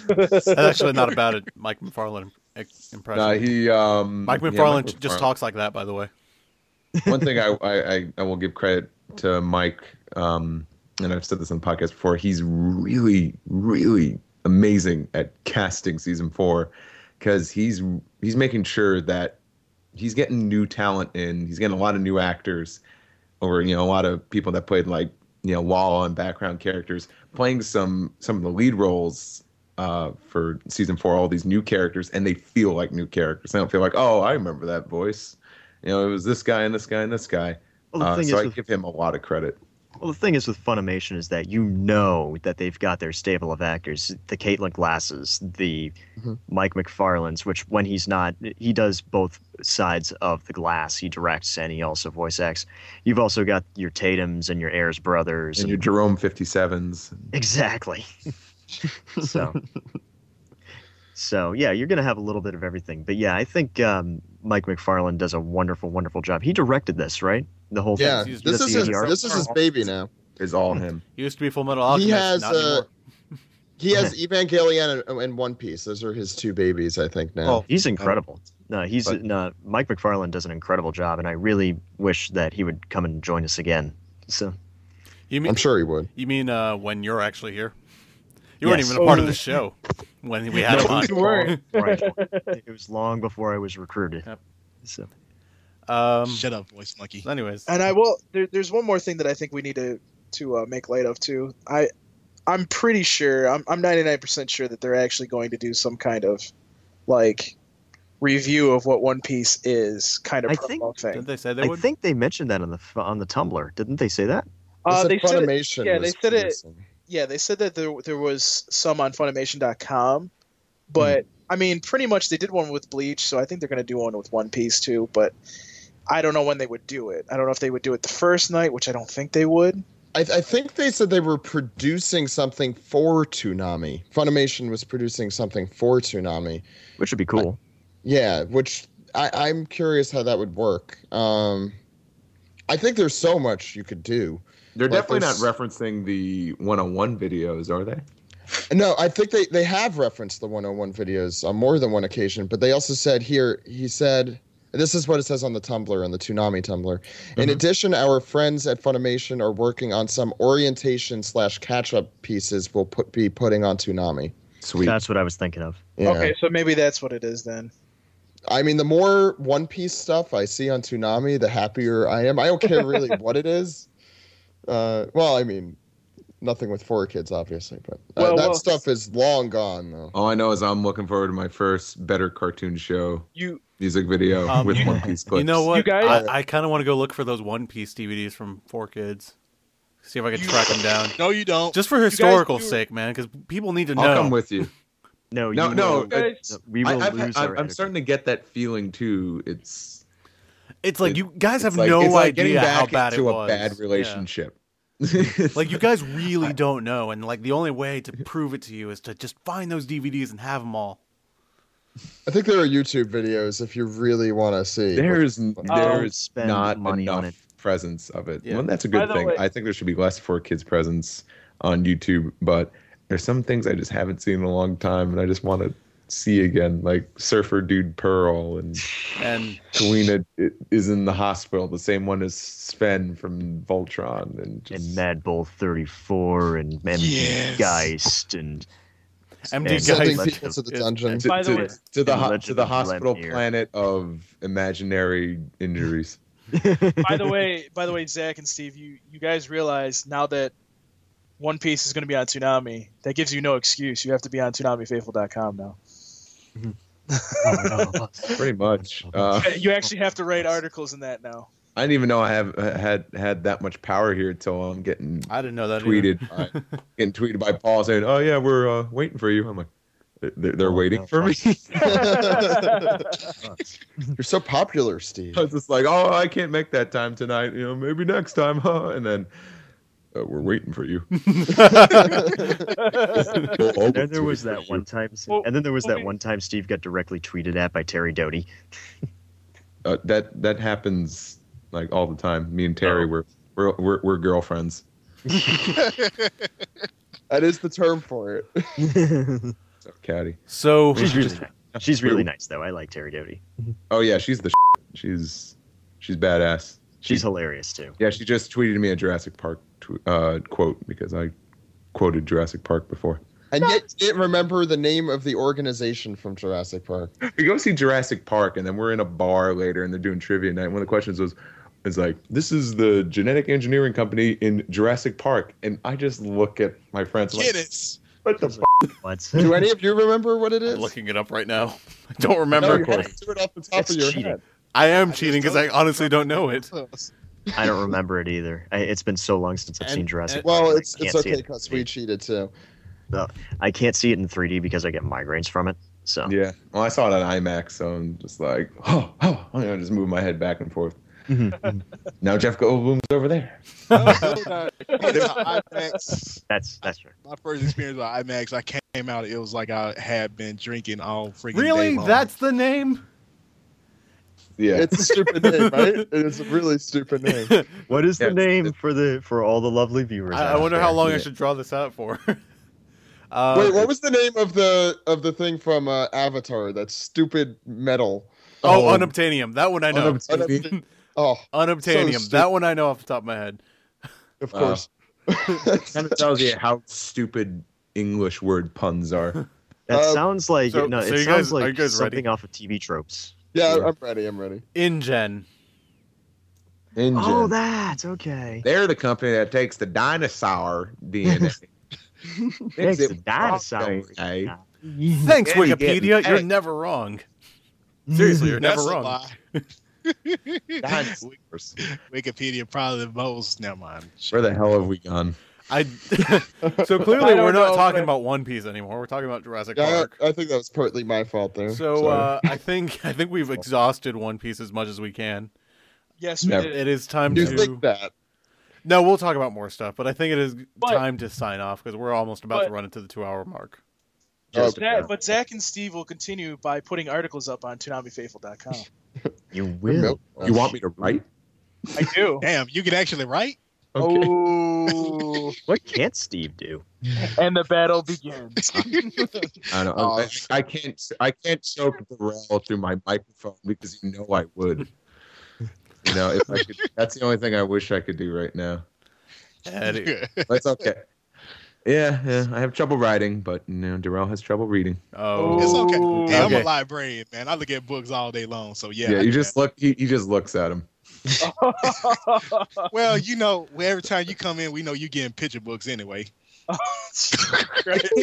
That's actually not a bad Mike McFarlane im- impression. *laughs* nah, he um Mike yeah, McFarlane just McFarlane. talks like that, by the way. One thing I, I I- I will give credit to Mike um and I've said this on the podcast before, he's really really amazing at casting season 4 cuz he's he's making sure that he's getting new talent in. He's getting a lot of new actors, or you know, a lot of people that played like you know Lala and background characters playing some some of the lead roles uh, for season four. All these new characters, and they feel like new characters. They don't feel like oh, I remember that voice. You know, it was this guy and this guy and this guy. Well, the Uh, thing so is, I with, give him a lot of credit. well, the thing is with Funimation is that you know that they've got their stable of actors, the Caitlin Glasses, the Mhm. Mike McFarland's, which when he's not, he does both sides of the glass. He directs and he also voice acts. You've also got your Tatum's and your Ayers brothers And your Jerome fifty sevens. Exactly. *laughs* so, so yeah, you're gonna have a little bit of everything, but yeah, I think um, Mike McFarland does a wonderful, wonderful job. He directed this, right? The whole yeah, thing. he's- this the is his, ADR? this is his baby now. Hmm. Is all him. He used to be Full Metal Alchemist. has, not uh, anymore. He has Evangelion and, and One Piece. Those are his two babies, I think. Now, Well, He's incredible. No, he's Um, but- no, Mike McFarlane does an incredible job, and I really wish that he would come and join us again. *laughs* So You mean I'm sure he would. you mean uh, when you're actually here? You weren't Yes. even a part of Oh. the show when we *laughs* had him on. You were. before I joined. it was long before I was recruited. Yep. So Um, Shut up, voice monkey. anyways, And I will. There, there's one more thing that I think we need to to uh, make light of too. I I'm pretty sure. I'm I'm 99% sure that they're actually going to do some kind of like review of what One Piece is, kind of I think- promo didn't thing. they say they I would? think they mentioned that on the f- on the Tumblr, didn't they? Say that? Uh, said they said it- Funimation yeah, was they said it- producing. yeah, they said that there there was some on Funimation.com, but Hmm. I mean, pretty much they did one with Bleach, so I think they're going to do one with One Piece too. But I don't know when they would do it. I don't know if they would do it the first night, which I don't think they would. I, I think they said they were producing something for Toonami. Funimation was producing something for Toonami. Which would be cool. Yeah, which I, I'm curious how that would work. Um, I think there's so much you could do. They're Like definitely not there's- referencing the one-on-one videos, are they? No, I think they, they have referenced the 101 videos on more than one occasion, but they also said here, he said, this is what it says on the Tumblr, on the Toonami Tumblr. In Mm-hmm. Mhm. addition, our friends at Funimation are working on some orientation slash catch up pieces we'll put, be putting on Toonami. Sweet. That's what I was thinking of. Yeah. Okay, so maybe that's what it is then. I mean, the more One Piece stuff I see on Toonami, the happier I am. I don't *laughs* care really what it is. Uh, well, I mean, nothing with four kids, obviously, but uh, Well, that well- stuff is long gone, though. All I know is I'm looking forward to my first better cartoon show You music video Um, with you- One Piece clips. *laughs* You know what? You guys- I, I kind of want to go look for those One Piece DVDs from Four Kids. See if I can track them down. No, you don't. Just for historical do- sake, man, because people need to I'll know. come with you. No, No, you no, will- I- guys- we I, will I've had- lose. I'm, our I'm starting to get that feeling too. It's it's like it- you guys have it's like, no it's like getting idea back how bad it into was. a bad Yeah. relationship. Like *laughs* you guys really don't know, and like the only way to prove it to you is to just find those DVDs and have them all. I think there are YouTube videos if you really want to see. there's Don't there's spend not money on enough it. presence of it. Yeah. Well, that's a By good the thing. way- I think there should be less for kids presence on YouTube, but there's some things I just haven't seen in a long time, and I just want to see again, like Surfer Dude *laughs* Pearl and And Kalina i- is in the hospital, the same one as Sven from Voltron, and just and Mad Bull 34 and MD Yes. Geist and MD and sending Geist. people to the dungeon. to, By the to- way- to the And ho- Legend to the of hospital Lemnir. planet of imaginary injuries. *laughs* by the way, by the way, Zach and Steve, you you guys realize now that One Piece is going to be on Tsunami, that gives you no excuse. You have to be on TsunamiFaithful.com now. Pretty much. *laughs* Uh, You actually have to write articles in that *laughs* now. *laughs* I didn't even know I have had had that much power here till I'm getting I didn't know that. either. tweeted uh, by, getting tweeted by Paul saying, "Oh yeah, we're uh, waiting for you." I'm like, "They're, Oh, they're waiting for me." *laughs* *laughs* You're so popular, Steve. I was just like, "Oh, I can't make that time tonight. You know, maybe next time, huh?" And then uh, we're waiting *laughs* for you. and then there was *laughs* that one time, Well, and then there was well, that we- one time Steve got directly tweeted at by Terry *laughs* Doty. Uh, that that happens like all the time. Me and Oh. Terry were we're we're, we're girlfriends. That is the term for it. So catty. So *laughs* She's really, nice. she's really nice though. I like Terry Doty. Oh yeah, she's the. She's she's badass. She's hilarious too. Yeah, she just tweeted me a Jurassic Park tw- uh, quote because I quoted Jurassic Park before. And yet you didn't remember the name of the organization from *laughs* Jurassic Park. We go see Jurassic Park, and then we're in a bar later, and they're doing trivia night. One of the questions was, "Is like this is the genetic engineering company in Jurassic Park," and I just look at my friends like, Guinness. "What the? F-? *laughs* What? Do any of you remember what it is? I'm looking it up right now. *laughs* I don't no, remember. you had to do it off the top That's of your cheating. head. I am cheating because I honestly don't know it. I don't remember it either. I, it's been so long since I've And- seen Jurassic. and- Park, Well, and I it's it's can't see okay it in because 3D. we cheated too. I can't see it in 3D because I get migraines from it. So Yeah. Well, I saw it on IMAX, so I'm just like, oh, oh, I'm gonna just move my head back and forth. Mm-hmm. now Jeff Goldblum's over there. IMAX. that's that's right. My first experience with IMAX, I came out. It was like I had been drinking all freaking Really? day long. That's the name? Yeah. It's a stupid name, right? It is a really stupid name. What is Yeah, the it's- name for the for all the lovely viewers? I, I out wonder how there? long I should draw this out for. *laughs* Uh, Wait, what was the name of the of the thing from uh, Avatar? That stupid metal. Oh, Um, unobtainium. That one I know. unobtain- oh, Unobtainium. stupid. that one I know off the top of my head. of Wow. course. Kind of tells you how stupid English word puns *laughs* are. That Uh, sounds like so- no. so it you sounds guys- are you like guys something ready? off of TV tropes. *laughs* yeah, I'm ready. I'm ready. InGen. *laughs* Engine. Oh, that okay. They're the company that takes the dinosaur *laughs* DNA. Thanks, the it with dinosaur. DNA. Thanks, Yeah, you Wikipedia. did. You're Hey. never wrong. Seriously, you're *laughs* never That's a wrong. lie. *laughs* Dinosaurs. Wikipedia probably the most. Never mind. Where the hell have we gone? I *laughs* so clearly don't we're not know, talking but- about One Piece anymore. We're talking about Jurassic Yeah, Park. I, I think that was partly my fault there. So Sorry. uh, I think I think we've exhausted One Piece as much as we can. Yes, we Never. did. It is time you to think that? no. We'll talk about more stuff, but I think it is But- time to sign off because we're almost about to but- run into the two-hour mark. Oh, Just That- But Zach and Steve will continue by putting articles up on ToonamiFaithful.com. You will. *laughs* You want me to write? I *laughs* do. Damn, you can actually write. Oh, What can't Steve do? and the battle begins. I, don't, Oh, I, I can't. I can't choke Burrell through my microphone because you know I *laughs* would. You know, if I could, that's the only thing I wish I could do right now. Eddie, *laughs* That's okay. Yeah, yeah. I have trouble writing, but you know, Darrell has trouble reading. oh, It's okay. Ooh. Hey, I'm Okay. a librarian, man. I look at books all day long. So yeah. Yeah, I you do just look. He, he just looks at him. that. *laughs* Well, you know, every time you come in, we know you getting picture books anyway.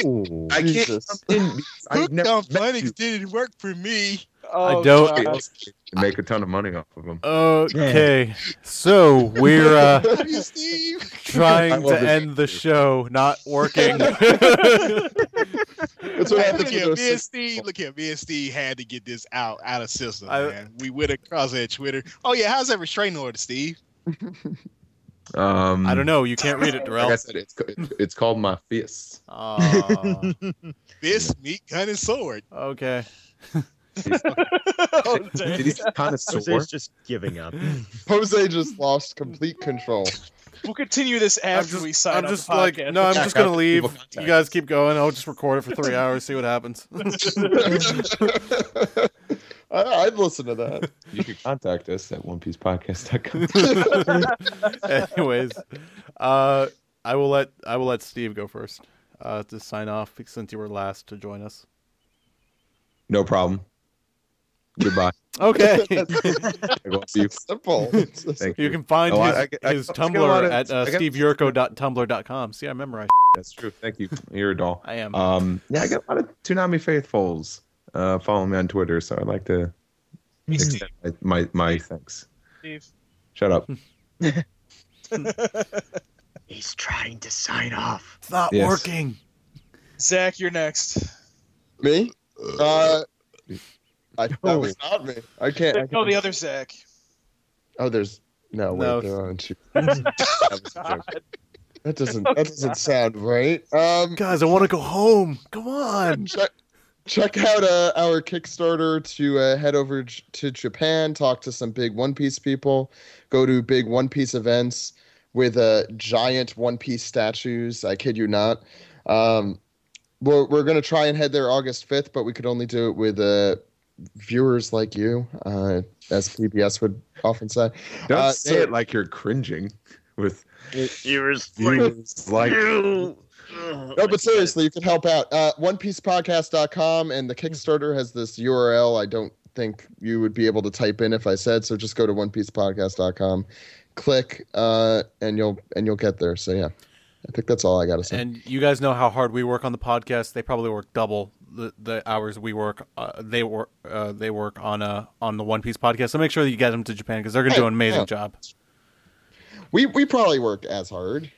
Ooh. I can't Jesus. come in because I've Hooked never on met you. phonics didn't work for me. *laughs* Oh, I Uh, don't- God. Make a ton of money off of him. okay. So we're *laughs* uh, Love you, Steve. I trying to love this end the show, not working. That's what look happens with here, those me and six Steve. people. Look here, me and Steve had to get this out out of system, I- man. We went across that Twitter. Oh yeah, how's that restraining order, Steve? Um, I don't know. You can't read it, Like I Darrell. said, it's it's called my fist. Aw, Fist, meat, gun, and sword. Ah, okay. *laughs* Oh, Did dang. he say *laughs* connoisseur? Jose's just giving up. Jose just lost complete *laughs* control. *laughs* We'll continue this I'm after just, we sign I'm off just the like, podcast. no, I'm Yeah, just gonna have leave. people You contact guys keep going. I'll just record it for *laughs* three hours, see what happens. *laughs* I, I'd listen to that. You can contact us at onepiecepodcast.com. Anyways, uh, I will let I will let Steve go first uh, to sign off since you were last to join us. *laughs* No problem. Goodbye. *laughs* *laughs* Okay, I won't see you. It's simple. It's *laughs* just- Thank you. you can find Oh, I- his, I get- I his got- I got a lot Tumblr of- at I uh, got- steveurko.tumblr.com. See, I memorized. That's true. Thank you. You're a doll. *laughs* I am. Um, yeah, I got a lot of Toonami faithfuls uh, following me on Twitter, so I'd like to extend my, my, my thanks. *laughs* Steve. Shut *laughs* up. He's trying to sign off. it's not yes. working. Zach, you're next. Me? Uh, I, that was not me. I can't. I No, can't. the other Zach. Oh, there's no wait. No. There aren't you. That was a *laughs* joke. That doesn't. That doesn't sound right. Um, Guys, I want to go home. Come on. check check out uh, our Kickstarter to uh, head over j- to Japan, talk to some big One Piece people, go to big One Piece events with uh, giant One Piece statues. I kid you not. Um, we're we're gonna try and head there August fifth, but we could only do it with uh, viewers like you, uh, as PBS would often say. Don't Uh, say so- it like you're cringing *laughs* with Viewers, viewers *laughs* like No, but seriously, you can help out. Uh, OnePiecePodcast.com and the Kickstarter has this URL I don't think you would be able to type in if I said so. Just go to OnePiecePodcast.com, click, uh, and you'll and you'll get there. So yeah, I think that's all I got to say. *laughs* And you guys know how hard we work on the podcast. They probably work double the, the hours we work. Uh, they work. Uh, they work on uh, on the One Piece podcast. So make sure that you get them to Japan because they're going to do an amazing Yeah. job. we we probably work as hard.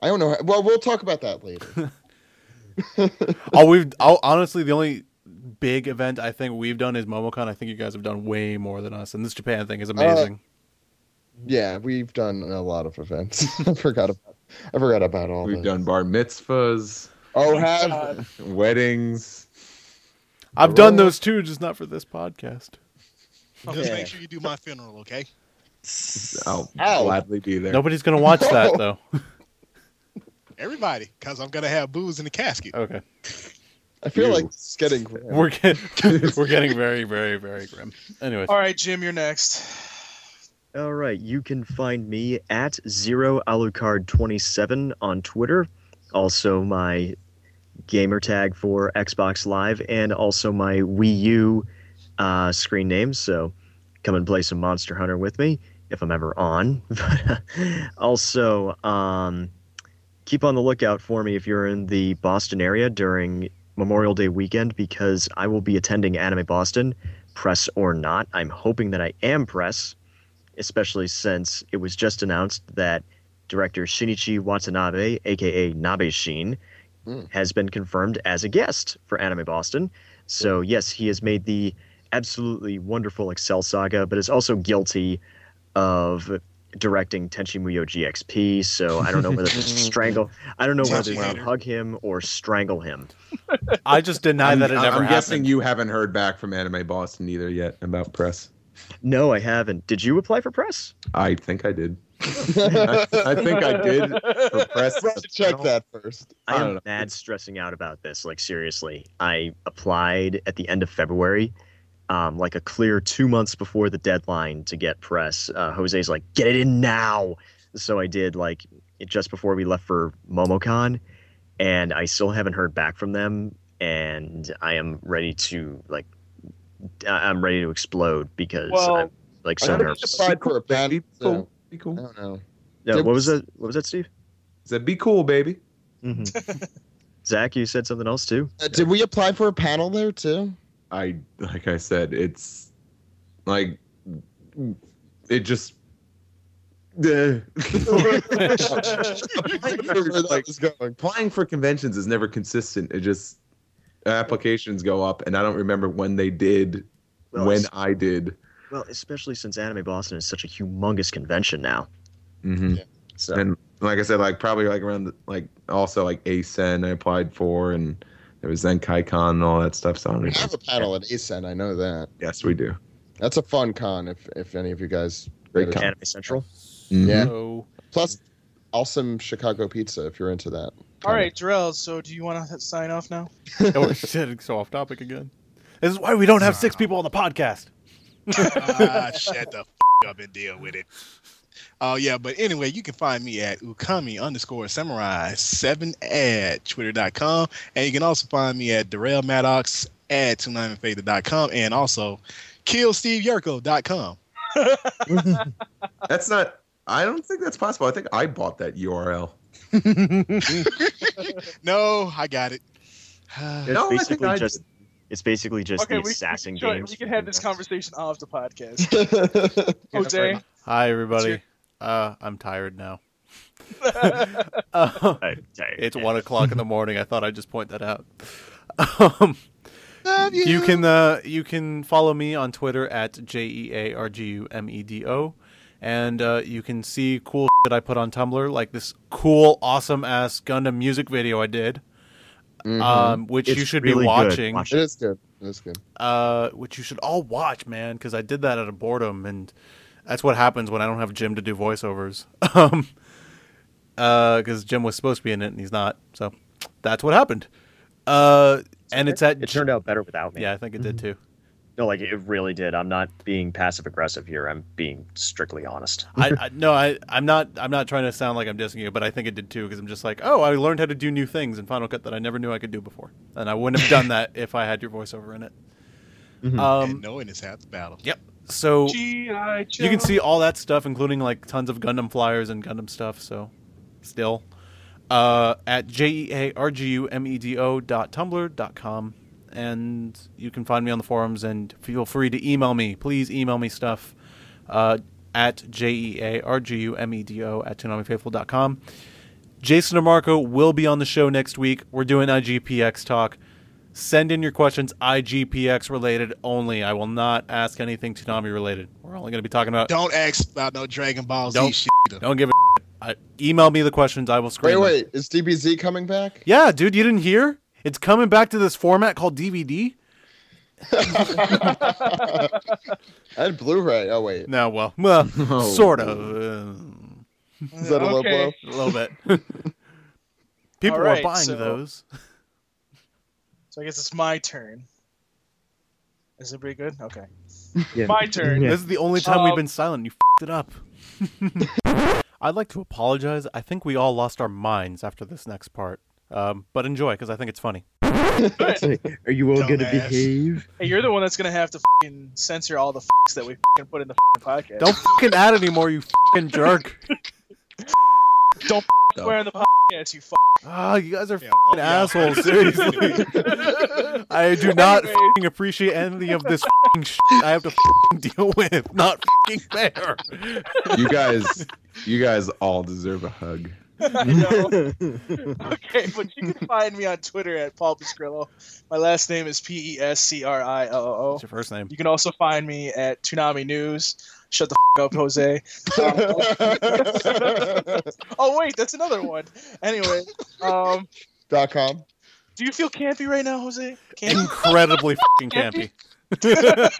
I don't know. How, well, we'll talk about that later. All we've all, honestly the only big event I think we've done is MomoCon. I think you guys have done way more than us, and this Japan thing Uh, is amazing. yeah, we've done a lot of events. *laughs* I forgot about. I forgot about all. we've that. done bar mitzvahs, Oh, have *laughs* weddings. I've done those too, just not for this podcast. Just Yeah. make sure you do my funeral, okay? I'll Ow. gladly be there. *laughs* Nobody's going to watch that though. Everybody, because I'm gonna have booze in the casket. Okay, I feel Ew. like it's getting. grim. *laughs* we're get, *laughs* we're getting very, very, very grim. Anyways, All right, Jim, you're next. All right, you can find me at zero alucard27 on Twitter. Also, my gamer tag for Xbox Live, and also my Wii U uh, screen name. So, come and play some Monster Hunter with me if I'm ever on. *laughs* uh, also, um, keep on the lookout for me if you're in the Boston area during Memorial Day weekend because I will be attending Anime Boston, press or not. I'm hoping that I am press especially since it was just announced that director Shinichi Watanabe, aka Nabe Shin, Hmm. has been confirmed as a guest for Anime Boston. So, yes, he has made the absolutely wonderful Excel saga, but is also guilty of directing Tenchi Muyo GXP. So, I don't know whether to strangle, I don't know whether Tenchi to hater. hug him or strangle him. I just deny I'm, that it I'm never happened. guessing you haven't heard back from Anime Boston either yet about press. No, I haven't. Did you apply for press? I think *laughs* I did. I, I think I did for press. Let's check that first. I I am don't know. mad stressing out about this. Like seriously, I applied at the end of February, um, like a clear two months before the deadline to get press. Uh, Jose's like, get it in now. So I did like it just before we left for MomoCon, and I still haven't heard back from them. And I am ready to like, I- I'm ready to explode because Well, I'm like so I think nervous. it's applied for a pen, Be so- cool. Be I cool. don't know. No, what was that? What was that, Steve? Said be cool, baby. hmm Zach, you said something else too. Uh, did we apply for a panel there *laughs* too? I like I said, it's like it just. *laughs* Duh. I don't know where that Like- was going. applying for conventions is never consistent. It just applications go up, and I don't remember when they did, Well, when it's- I did. Well, especially since Anime Boston is such a humongous convention now. Mm-hmm. So And like I said, like probably like around the, like also like ASEN I applied for, and there was Zenkai Con and all that stuff. So I don't We know. have a panel at ASEN. I know that. yes, we do. That's a fun con. If if any of you guys, Great con. Anime Central. Mm-hmm. Yeah. So, plus awesome Chicago pizza if you're into that. All right, Jarrell, so do you want to sign off now? Yeah, we're getting so off topic again. This is why we don't have six people on the podcast. ah, shut the f- up and deal with it. Oh yeah, but anyway, you can find me at ukami underscore samurai seven at twitter.com, and you can also find me at Darrell Maddox at com, and also killsteveyurko.com. *laughs* That's not. I don't think that's possible. I think I bought that URL. *laughs* No, I got *sighs* it. It's No, I think basically I did. just it's basically just the assassin we, can- games. We can have this conversation off *laughs* the podcast. fair Jose, Hi, What's everybody. Uh, I'm tired now. *laughs* Uh, Okay. it's one o'clock in the morning. I thought I'd just point that out. Um, Love you. you can uh, you can follow me on Twitter at j e a r g u m e d o, and uh, you can see cool shit I put on Tumblr, like this cool, awesome ass Gundam music video I did, Mm-hmm. Mhm. um, which It's you should really be good. watching. Watch it is good. It is good. uh, which you should all watch, man, because I did that out of boredom, and that's what happens when I don't have Jim to do voiceovers. *laughs* um, because Jim was supposed to be in it and he's not, so that's what happened. Uh, and it's at It turned out Mm-hmm. better without me. yeah, I think it did too. No, like it really did. I'm not being passive aggressive here. I'm being strictly honest. I, I no, I I'm not I'm not trying to sound like I'm dissing you, but I think it did too because I'm just like, oh, I learned how to do new things in Final Cut that I never knew I could do before, and I wouldn't have done that *laughs* if I had your voiceover in it. Mhm. and Um, knowing is half the battle. yep. So G.I. Joe. you can see all that stuff, including like tons of Gundam flyers and Gundam stuff. So, still, uh, at j e a r g u m e d o dot tumblr dot com, and you can find me on the forums. And feel free to email me. Please email me stuff uh, at j e a r g u m e d o at tunamifaithful dot com. Jason DeMarco will be on the show next week. We're doing IGPX talk. Send in your questions IGPX related only. I will not ask anything Toonami related. We're only going to be talking about. Don't ask about no Dragon Ball Z Don't- shit. either. Don't give a. I, email me the questions. I will Wait, screen. them. wait, is DBZ coming back? Yeah, dude, you didn't hear? It's coming back to this format called DVD. I had Blu-ray. Oh wait, *laughs* No, well, well, Oh. sort of, uh, is that a low Okay. blow? a little bit. People All are right, buying so- those. So I guess it's my turn. Is everybody good? Okay. Yeah. My turn. Yeah. This is the only time we've Um, been silent. You fed it up. *laughs* I'd like to apologize. I think we all lost our minds after this next part. Um, but enjoy, because I think it's funny. Good. Are you all going to Dumbass. behave? Hey, you're the one that's gonna have to fing censor all the fs that we fing put in the fing podcast. Don't fucking add anymore, you fucking jerk. f- swear in the podcast, you. F- Ah, you guys are Yeah, both fucking y'all. assholes. *laughs* Seriously, *laughs* I do not fucking appreciate any of this fucking shit I have to fucking deal with. Not fucking fair. *laughs* You guys, you guys all deserve a hug. *laughs* I know. Okay, but you can find me on Twitter at Paul Piscrillo. My last name is P E S C R I L O What's your first name? You can also find me at Toonami News. Shut the f- up, Jose. *laughs* Oh wait, that's another one. Anyway, um, Dot com. do you feel campy right now, Jose? Campy. Incredibly fucking campy.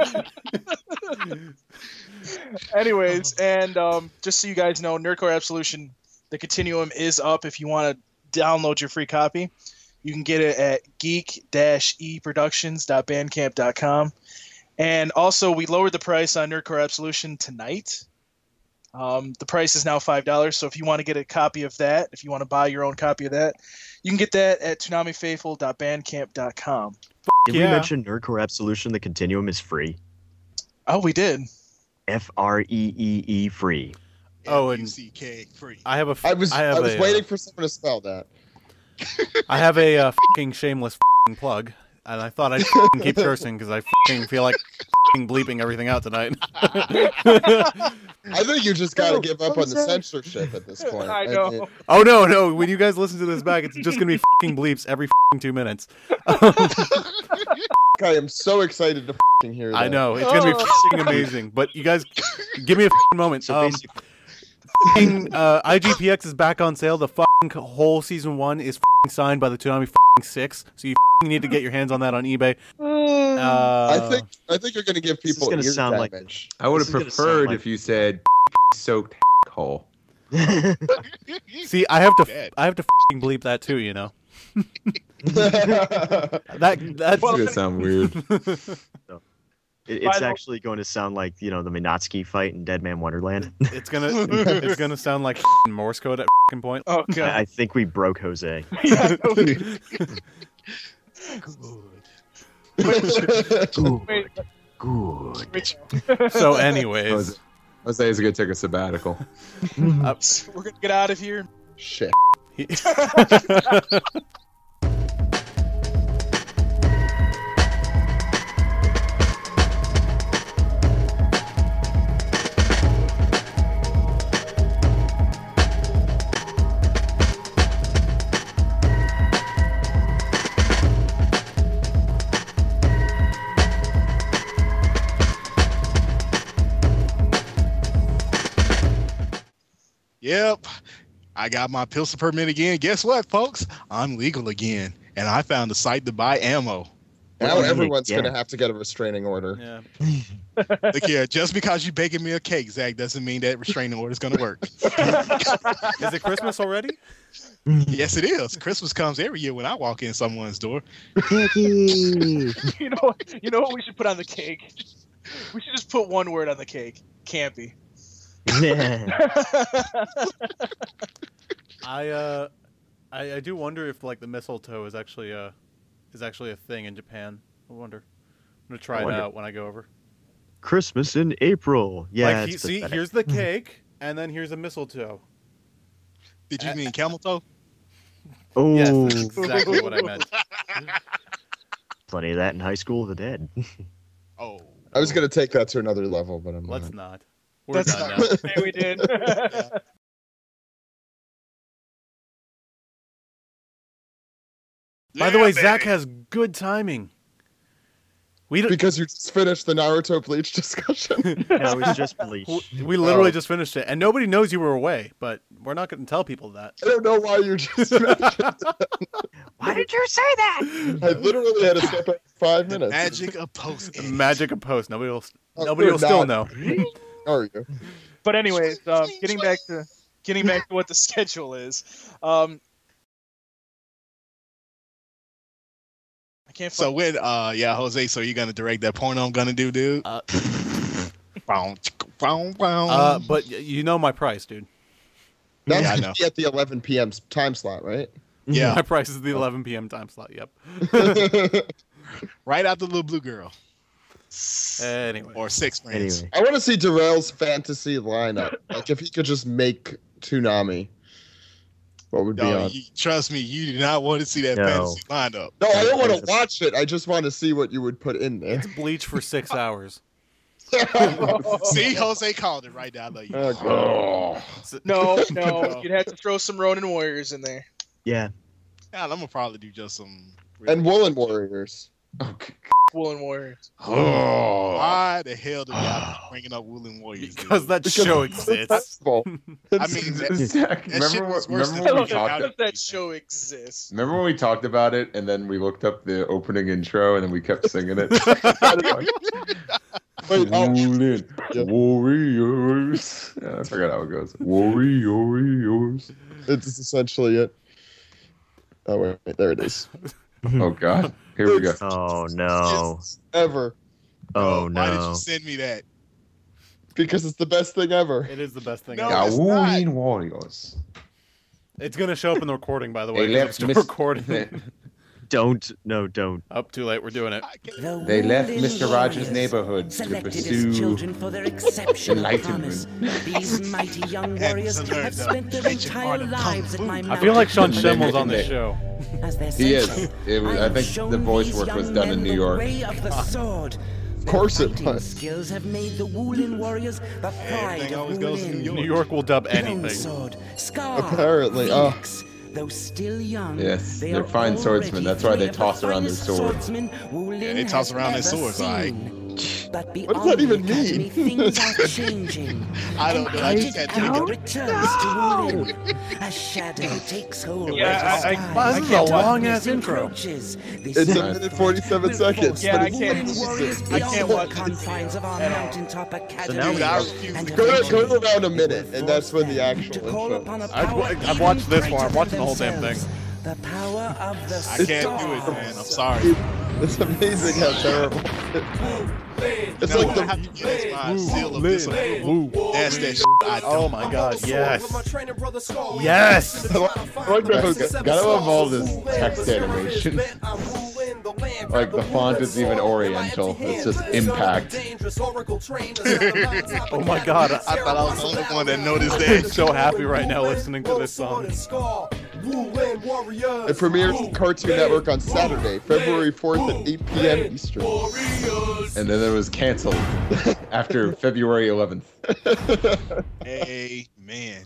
Anyways, and um, just so you guys know, Nerdcore Absolution, the Continuum is up. If you want to download your free copy, you can get it at geek-eproductions.bandcamp.com. And also, we lowered the price on Nerdcore Absolution tonight. Um, the price is now five dollars. So if you want to get a copy of that, if you want to buy your own copy of that, you can get that at tunamifaithful.bandcamp.com. Did Yeah. we mention Nerdcore Absolution? The continuum is free. Oh, we did. F R E E E free. Oh, and- F-U-C-K free. *laughs* I have a. f- I was I, have was a, uh, waiting for someone to spell that. I have a uh, fucking shameless fucking plug, and I thought I'd fucking keep cursing because I fucking feel like fucking bleeping everything out tonight. *laughs* I think you just got to No, give up Oh, what on is the that? censorship *laughs* at this point. I know. oh no, no! When you guys listen to this back, it's just gonna be fucking bleeps every fucking two minutes. I am so excited to fing hear that. I know it's gonna be Oh. fucking amazing. But you guys, give me a fucking moment. So um, basically, fucking, uh, IGPX is back on sale. The fucking whole season one is fucking signed by the Toonami fucking six. So you fucking need to get your hands on that on eBay. Uh, I think I think you're going to give this is people gonna ear sound like- *laughs* damage. I would This have is gonna sound preferred like- if you said *laughs* soaked hole. See, I have to, Bad. I have to fucking bleep that too. You know Like... that that's It's gonna sound weird. it- By it's the- actually going to sound like you know the Minotsky fight in Dead Man Wonderland. *laughs* It's gonna it's gonna sound like Morse code at fucking point. Oh god. *laughs* I I think we broke Jose. Yeah, I know. *laughs* Wait, Good. Rich, *laughs* *laughs* So, *laughs* anyways, Jose- Jose is gonna take a sabbatical. Uh, *laughs* we're gonna get out of here. Shit. Yep. I got my pistol permit again. Guess what, folks? I'm legal again. And I found a site to buy ammo. Now What do you everyone's mean? going to have to get a restraining order. yeah. Look here, just because you're baking me a cake, Zach, doesn't mean that restraining order's going to work. *laughs* is it Christmas already? yes, it is. Christmas comes every year when I walk in someone's door. You know, what- you know what we should put on the cake? *laughs* We should just put one word on the cake. Campy. I uh, I, I do wonder if like the mistletoe is actually a is actually a thing in Japan. I wonder. I'm gonna try I it wonder. out when I go over. *laughs* Christmas in April. Yeah. like, he, it's see, pathetic. *laughs* here's the cake, and then here's a mistletoe. Did Uh, you mean camel toe? oh, Yes, that's exactly what *laughs* I meant. plenty of that in High School of the *laughs* Dead. Oh. I was going to take that to another level, but I'm Let's not. not. We're That's done not now. *laughs* what we *laughs* did. By the way, Yeah, Zach baby. has good timing. We don't, Because you just finished the Naruto Bleach discussion. No, it was just bleach. we we literally Oh. just finished it, and nobody knows you were away. But we're not going to tell people that. I don't know why you just mentioned Why did you say that? I literally had to step back five The *laughs* minutes. magic of post The *laughs* magic of post. Nobody will. Oh, nobody you're will still not. know. How are you? but *laughs* anyways, um, getting back to getting back to what the schedule is. Um, can't. So So when uh yeah, Jose, so you're gonna direct that porno I'm gonna do, dude? Uh, *laughs* Bow, chicka, bow, bow. uh, but y- you know my price, dude. That's Yeah, I gonna know. be at the 11 p.m. time slot, right? *laughs* yeah, *laughs* My price is the 11 p.m. time slot. Yep. right after Little Blue Girl. Anyway. Or six minutes. Anyway, I want to see Darrell's fantasy lineup. Like if he could just make Toonami, what would be Yo, on? you, trust me, you do not want to see that No. fantasy *laughs* lineup. No, I don't want to watch it. I just want to see what you would put *laughs* in there. Bleach for *laughs* six hours. Oh. *laughs* See, Jose called it right now. I love you. Oh, God. no, *laughs* no, you'd have to throw some Ronin warriors in there. yeah, God, I'm gonna probably do just some. And Woolen Warriors. Woolen warriors. Oh. Why the hell do y'all keep bringing up Woolen Warriors? dude? Because that *laughs* show exists. *laughs* Festival. I mean, that, that Zach, shit remember, was what, worse remember, than when we fucking talked, Howdy. that show exists. remember when we talked about it and then we looked up the opening intro and then we kept singing it? *laughs* Wait, oh, *laughs* Rolling Yeah. Warriors. Yeah, I forgot how it goes. Warriors. it's essentially it. Oh wait, wait, there it is. Oh God. Here we go. oh no, Ever oh Why did no, you send me that? because it's the best thing ever. It is the best thing. No. ever. it's not. Howling Warriors. It's gonna show up in the recording, by the way. They 'cause I'm left still Miss- *laughs* recording. don't, no, don't. Up too late. We're doing it. I can't- They left Mr. Rogers' neighborhood to Selected pursue. as children for their exceptional enlightenment. promise, these mighty young warriors Hands alert, have the spent their ancient art entire of lives at Kung my Fu. mountain. I feel like Sean Shim- Shem was on this show. As their He is. sentient, It was, I I have think shown the voice these work was young done men in New the York. way of the sword. Their course it fighting was. skills have made the Wulin warriors the pride Everything of always goes to New Wulin. New York will dub Lone anything. Sword, Scar, Apparently, oh. Phoenix. Though still young, ah. Yes, they they're are fine swordsmen. already That's why they three of the toss around their finest swords. swordsmen Wulin Yeah, they toss has around their ever swords, all right. seen. What does But beyond that even the academy, mean? things *laughs* are changing. I don't know. I just had Hated to anger think returns to Wulin. A shadow takes hold. Yeah, of the I- I- skies. wow, this is a Darkness long-ass intro. encroaches. This It's a night minute 47 will seconds. force Yeah, but I it's- can't- Wulin warriors I can't beyond watch the this confines of our at all. mountaintop academy. now Dude, I refuse And to Go, eventually go around a it minute, will and that's when force the them actual to call intro upon a is. I've power wa- I've even watched this greater one. I've watched than the whole damn themselves. The power of the I can't do it, man. I'm sorry. *laughs* It's amazing how *laughs* terrible. It's No, like I have the to get this my seal of disapproval. That's that shit I don't. Oh my god, yes. Yes. Gotta evolve this text animation. Like, the font is even oriental. It's just impact. *laughs* oh my God, I- I thought I was the only one that noticed that. I'm *laughs* so happy right now listening to this song. it premieres on Cartoon Network on Saturday, February 4th at 8 p.m. Eastern. And then it was *laughs* canceled after February 11th. Amen.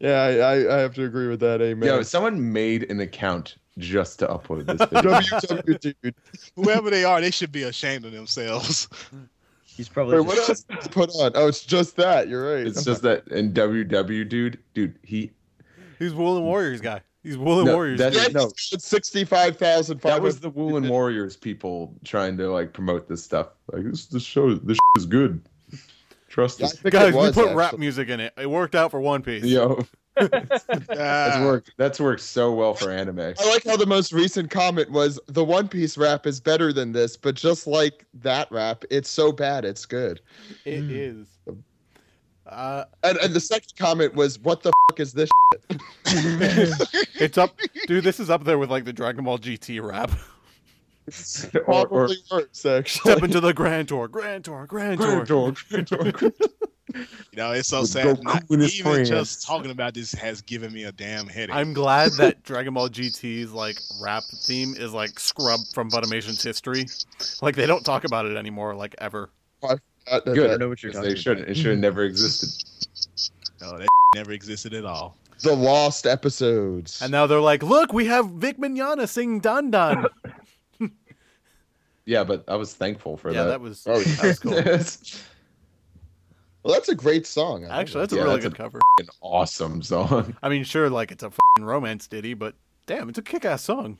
Yeah, I, I, I have to agree with that. Amen. *laughs* Yo, someone made an account just to upload this *laughs* video. WW dude. Whoever they are, they should be ashamed of themselves. *laughs* He's Wait, probably what just, else did you *laughs* put on? Oh, it's just that. You're right. It's just that in WW, dude, dude, he He's Woolen Warriors guy. He's Woolen No, Warriors. that- dude. Yeah, no. it's 65,500. that was the Woolen Warriors people trying to like promote this stuff. Like this, this show, this shit is good. Trust Yeah, I us. think Guys, it was, we put rap actually. music in it. It worked out for One Piece. Yo, that's Ah, worked. That's worked so well for anime. I like how the most recent comment was the One Piece rap is better than this, but just like that rap, it's so bad, it's good. It is. Uh, And, and the second comment was, "What the fuck is this?" it's up, dude. This is up there with like the Dragon Ball GT rap. *laughs* Or, *laughs* or Probably worse, actually. *laughs* Step into the Grand Tour, Grand Tour, Grand Tour. you know, it's so With sad. Goku Not, and even his friends. just talking about this has given me a damn headache. I'm glad that Dragon Ball GT's like rap theme is like scrubbed from Funimation's history. Like they don't talk about it anymore, like ever. Uh, I that- Good. don't know that- what you're they talking should. It should have never existed. no, that *laughs* never existed at all. the lost episodes. And now they're like, look, we have Vic Mignogna singing Don Don. Yeah, but I was thankful for yeah, that, that. was Oh, that was cool. *laughs* That's well, that's a great song. I Actually, like that's a Yeah, really that's a- good cover. an awesome song. I mean, sure, like it's a f***ing romance ditty, but damn, it's a kick-ass song.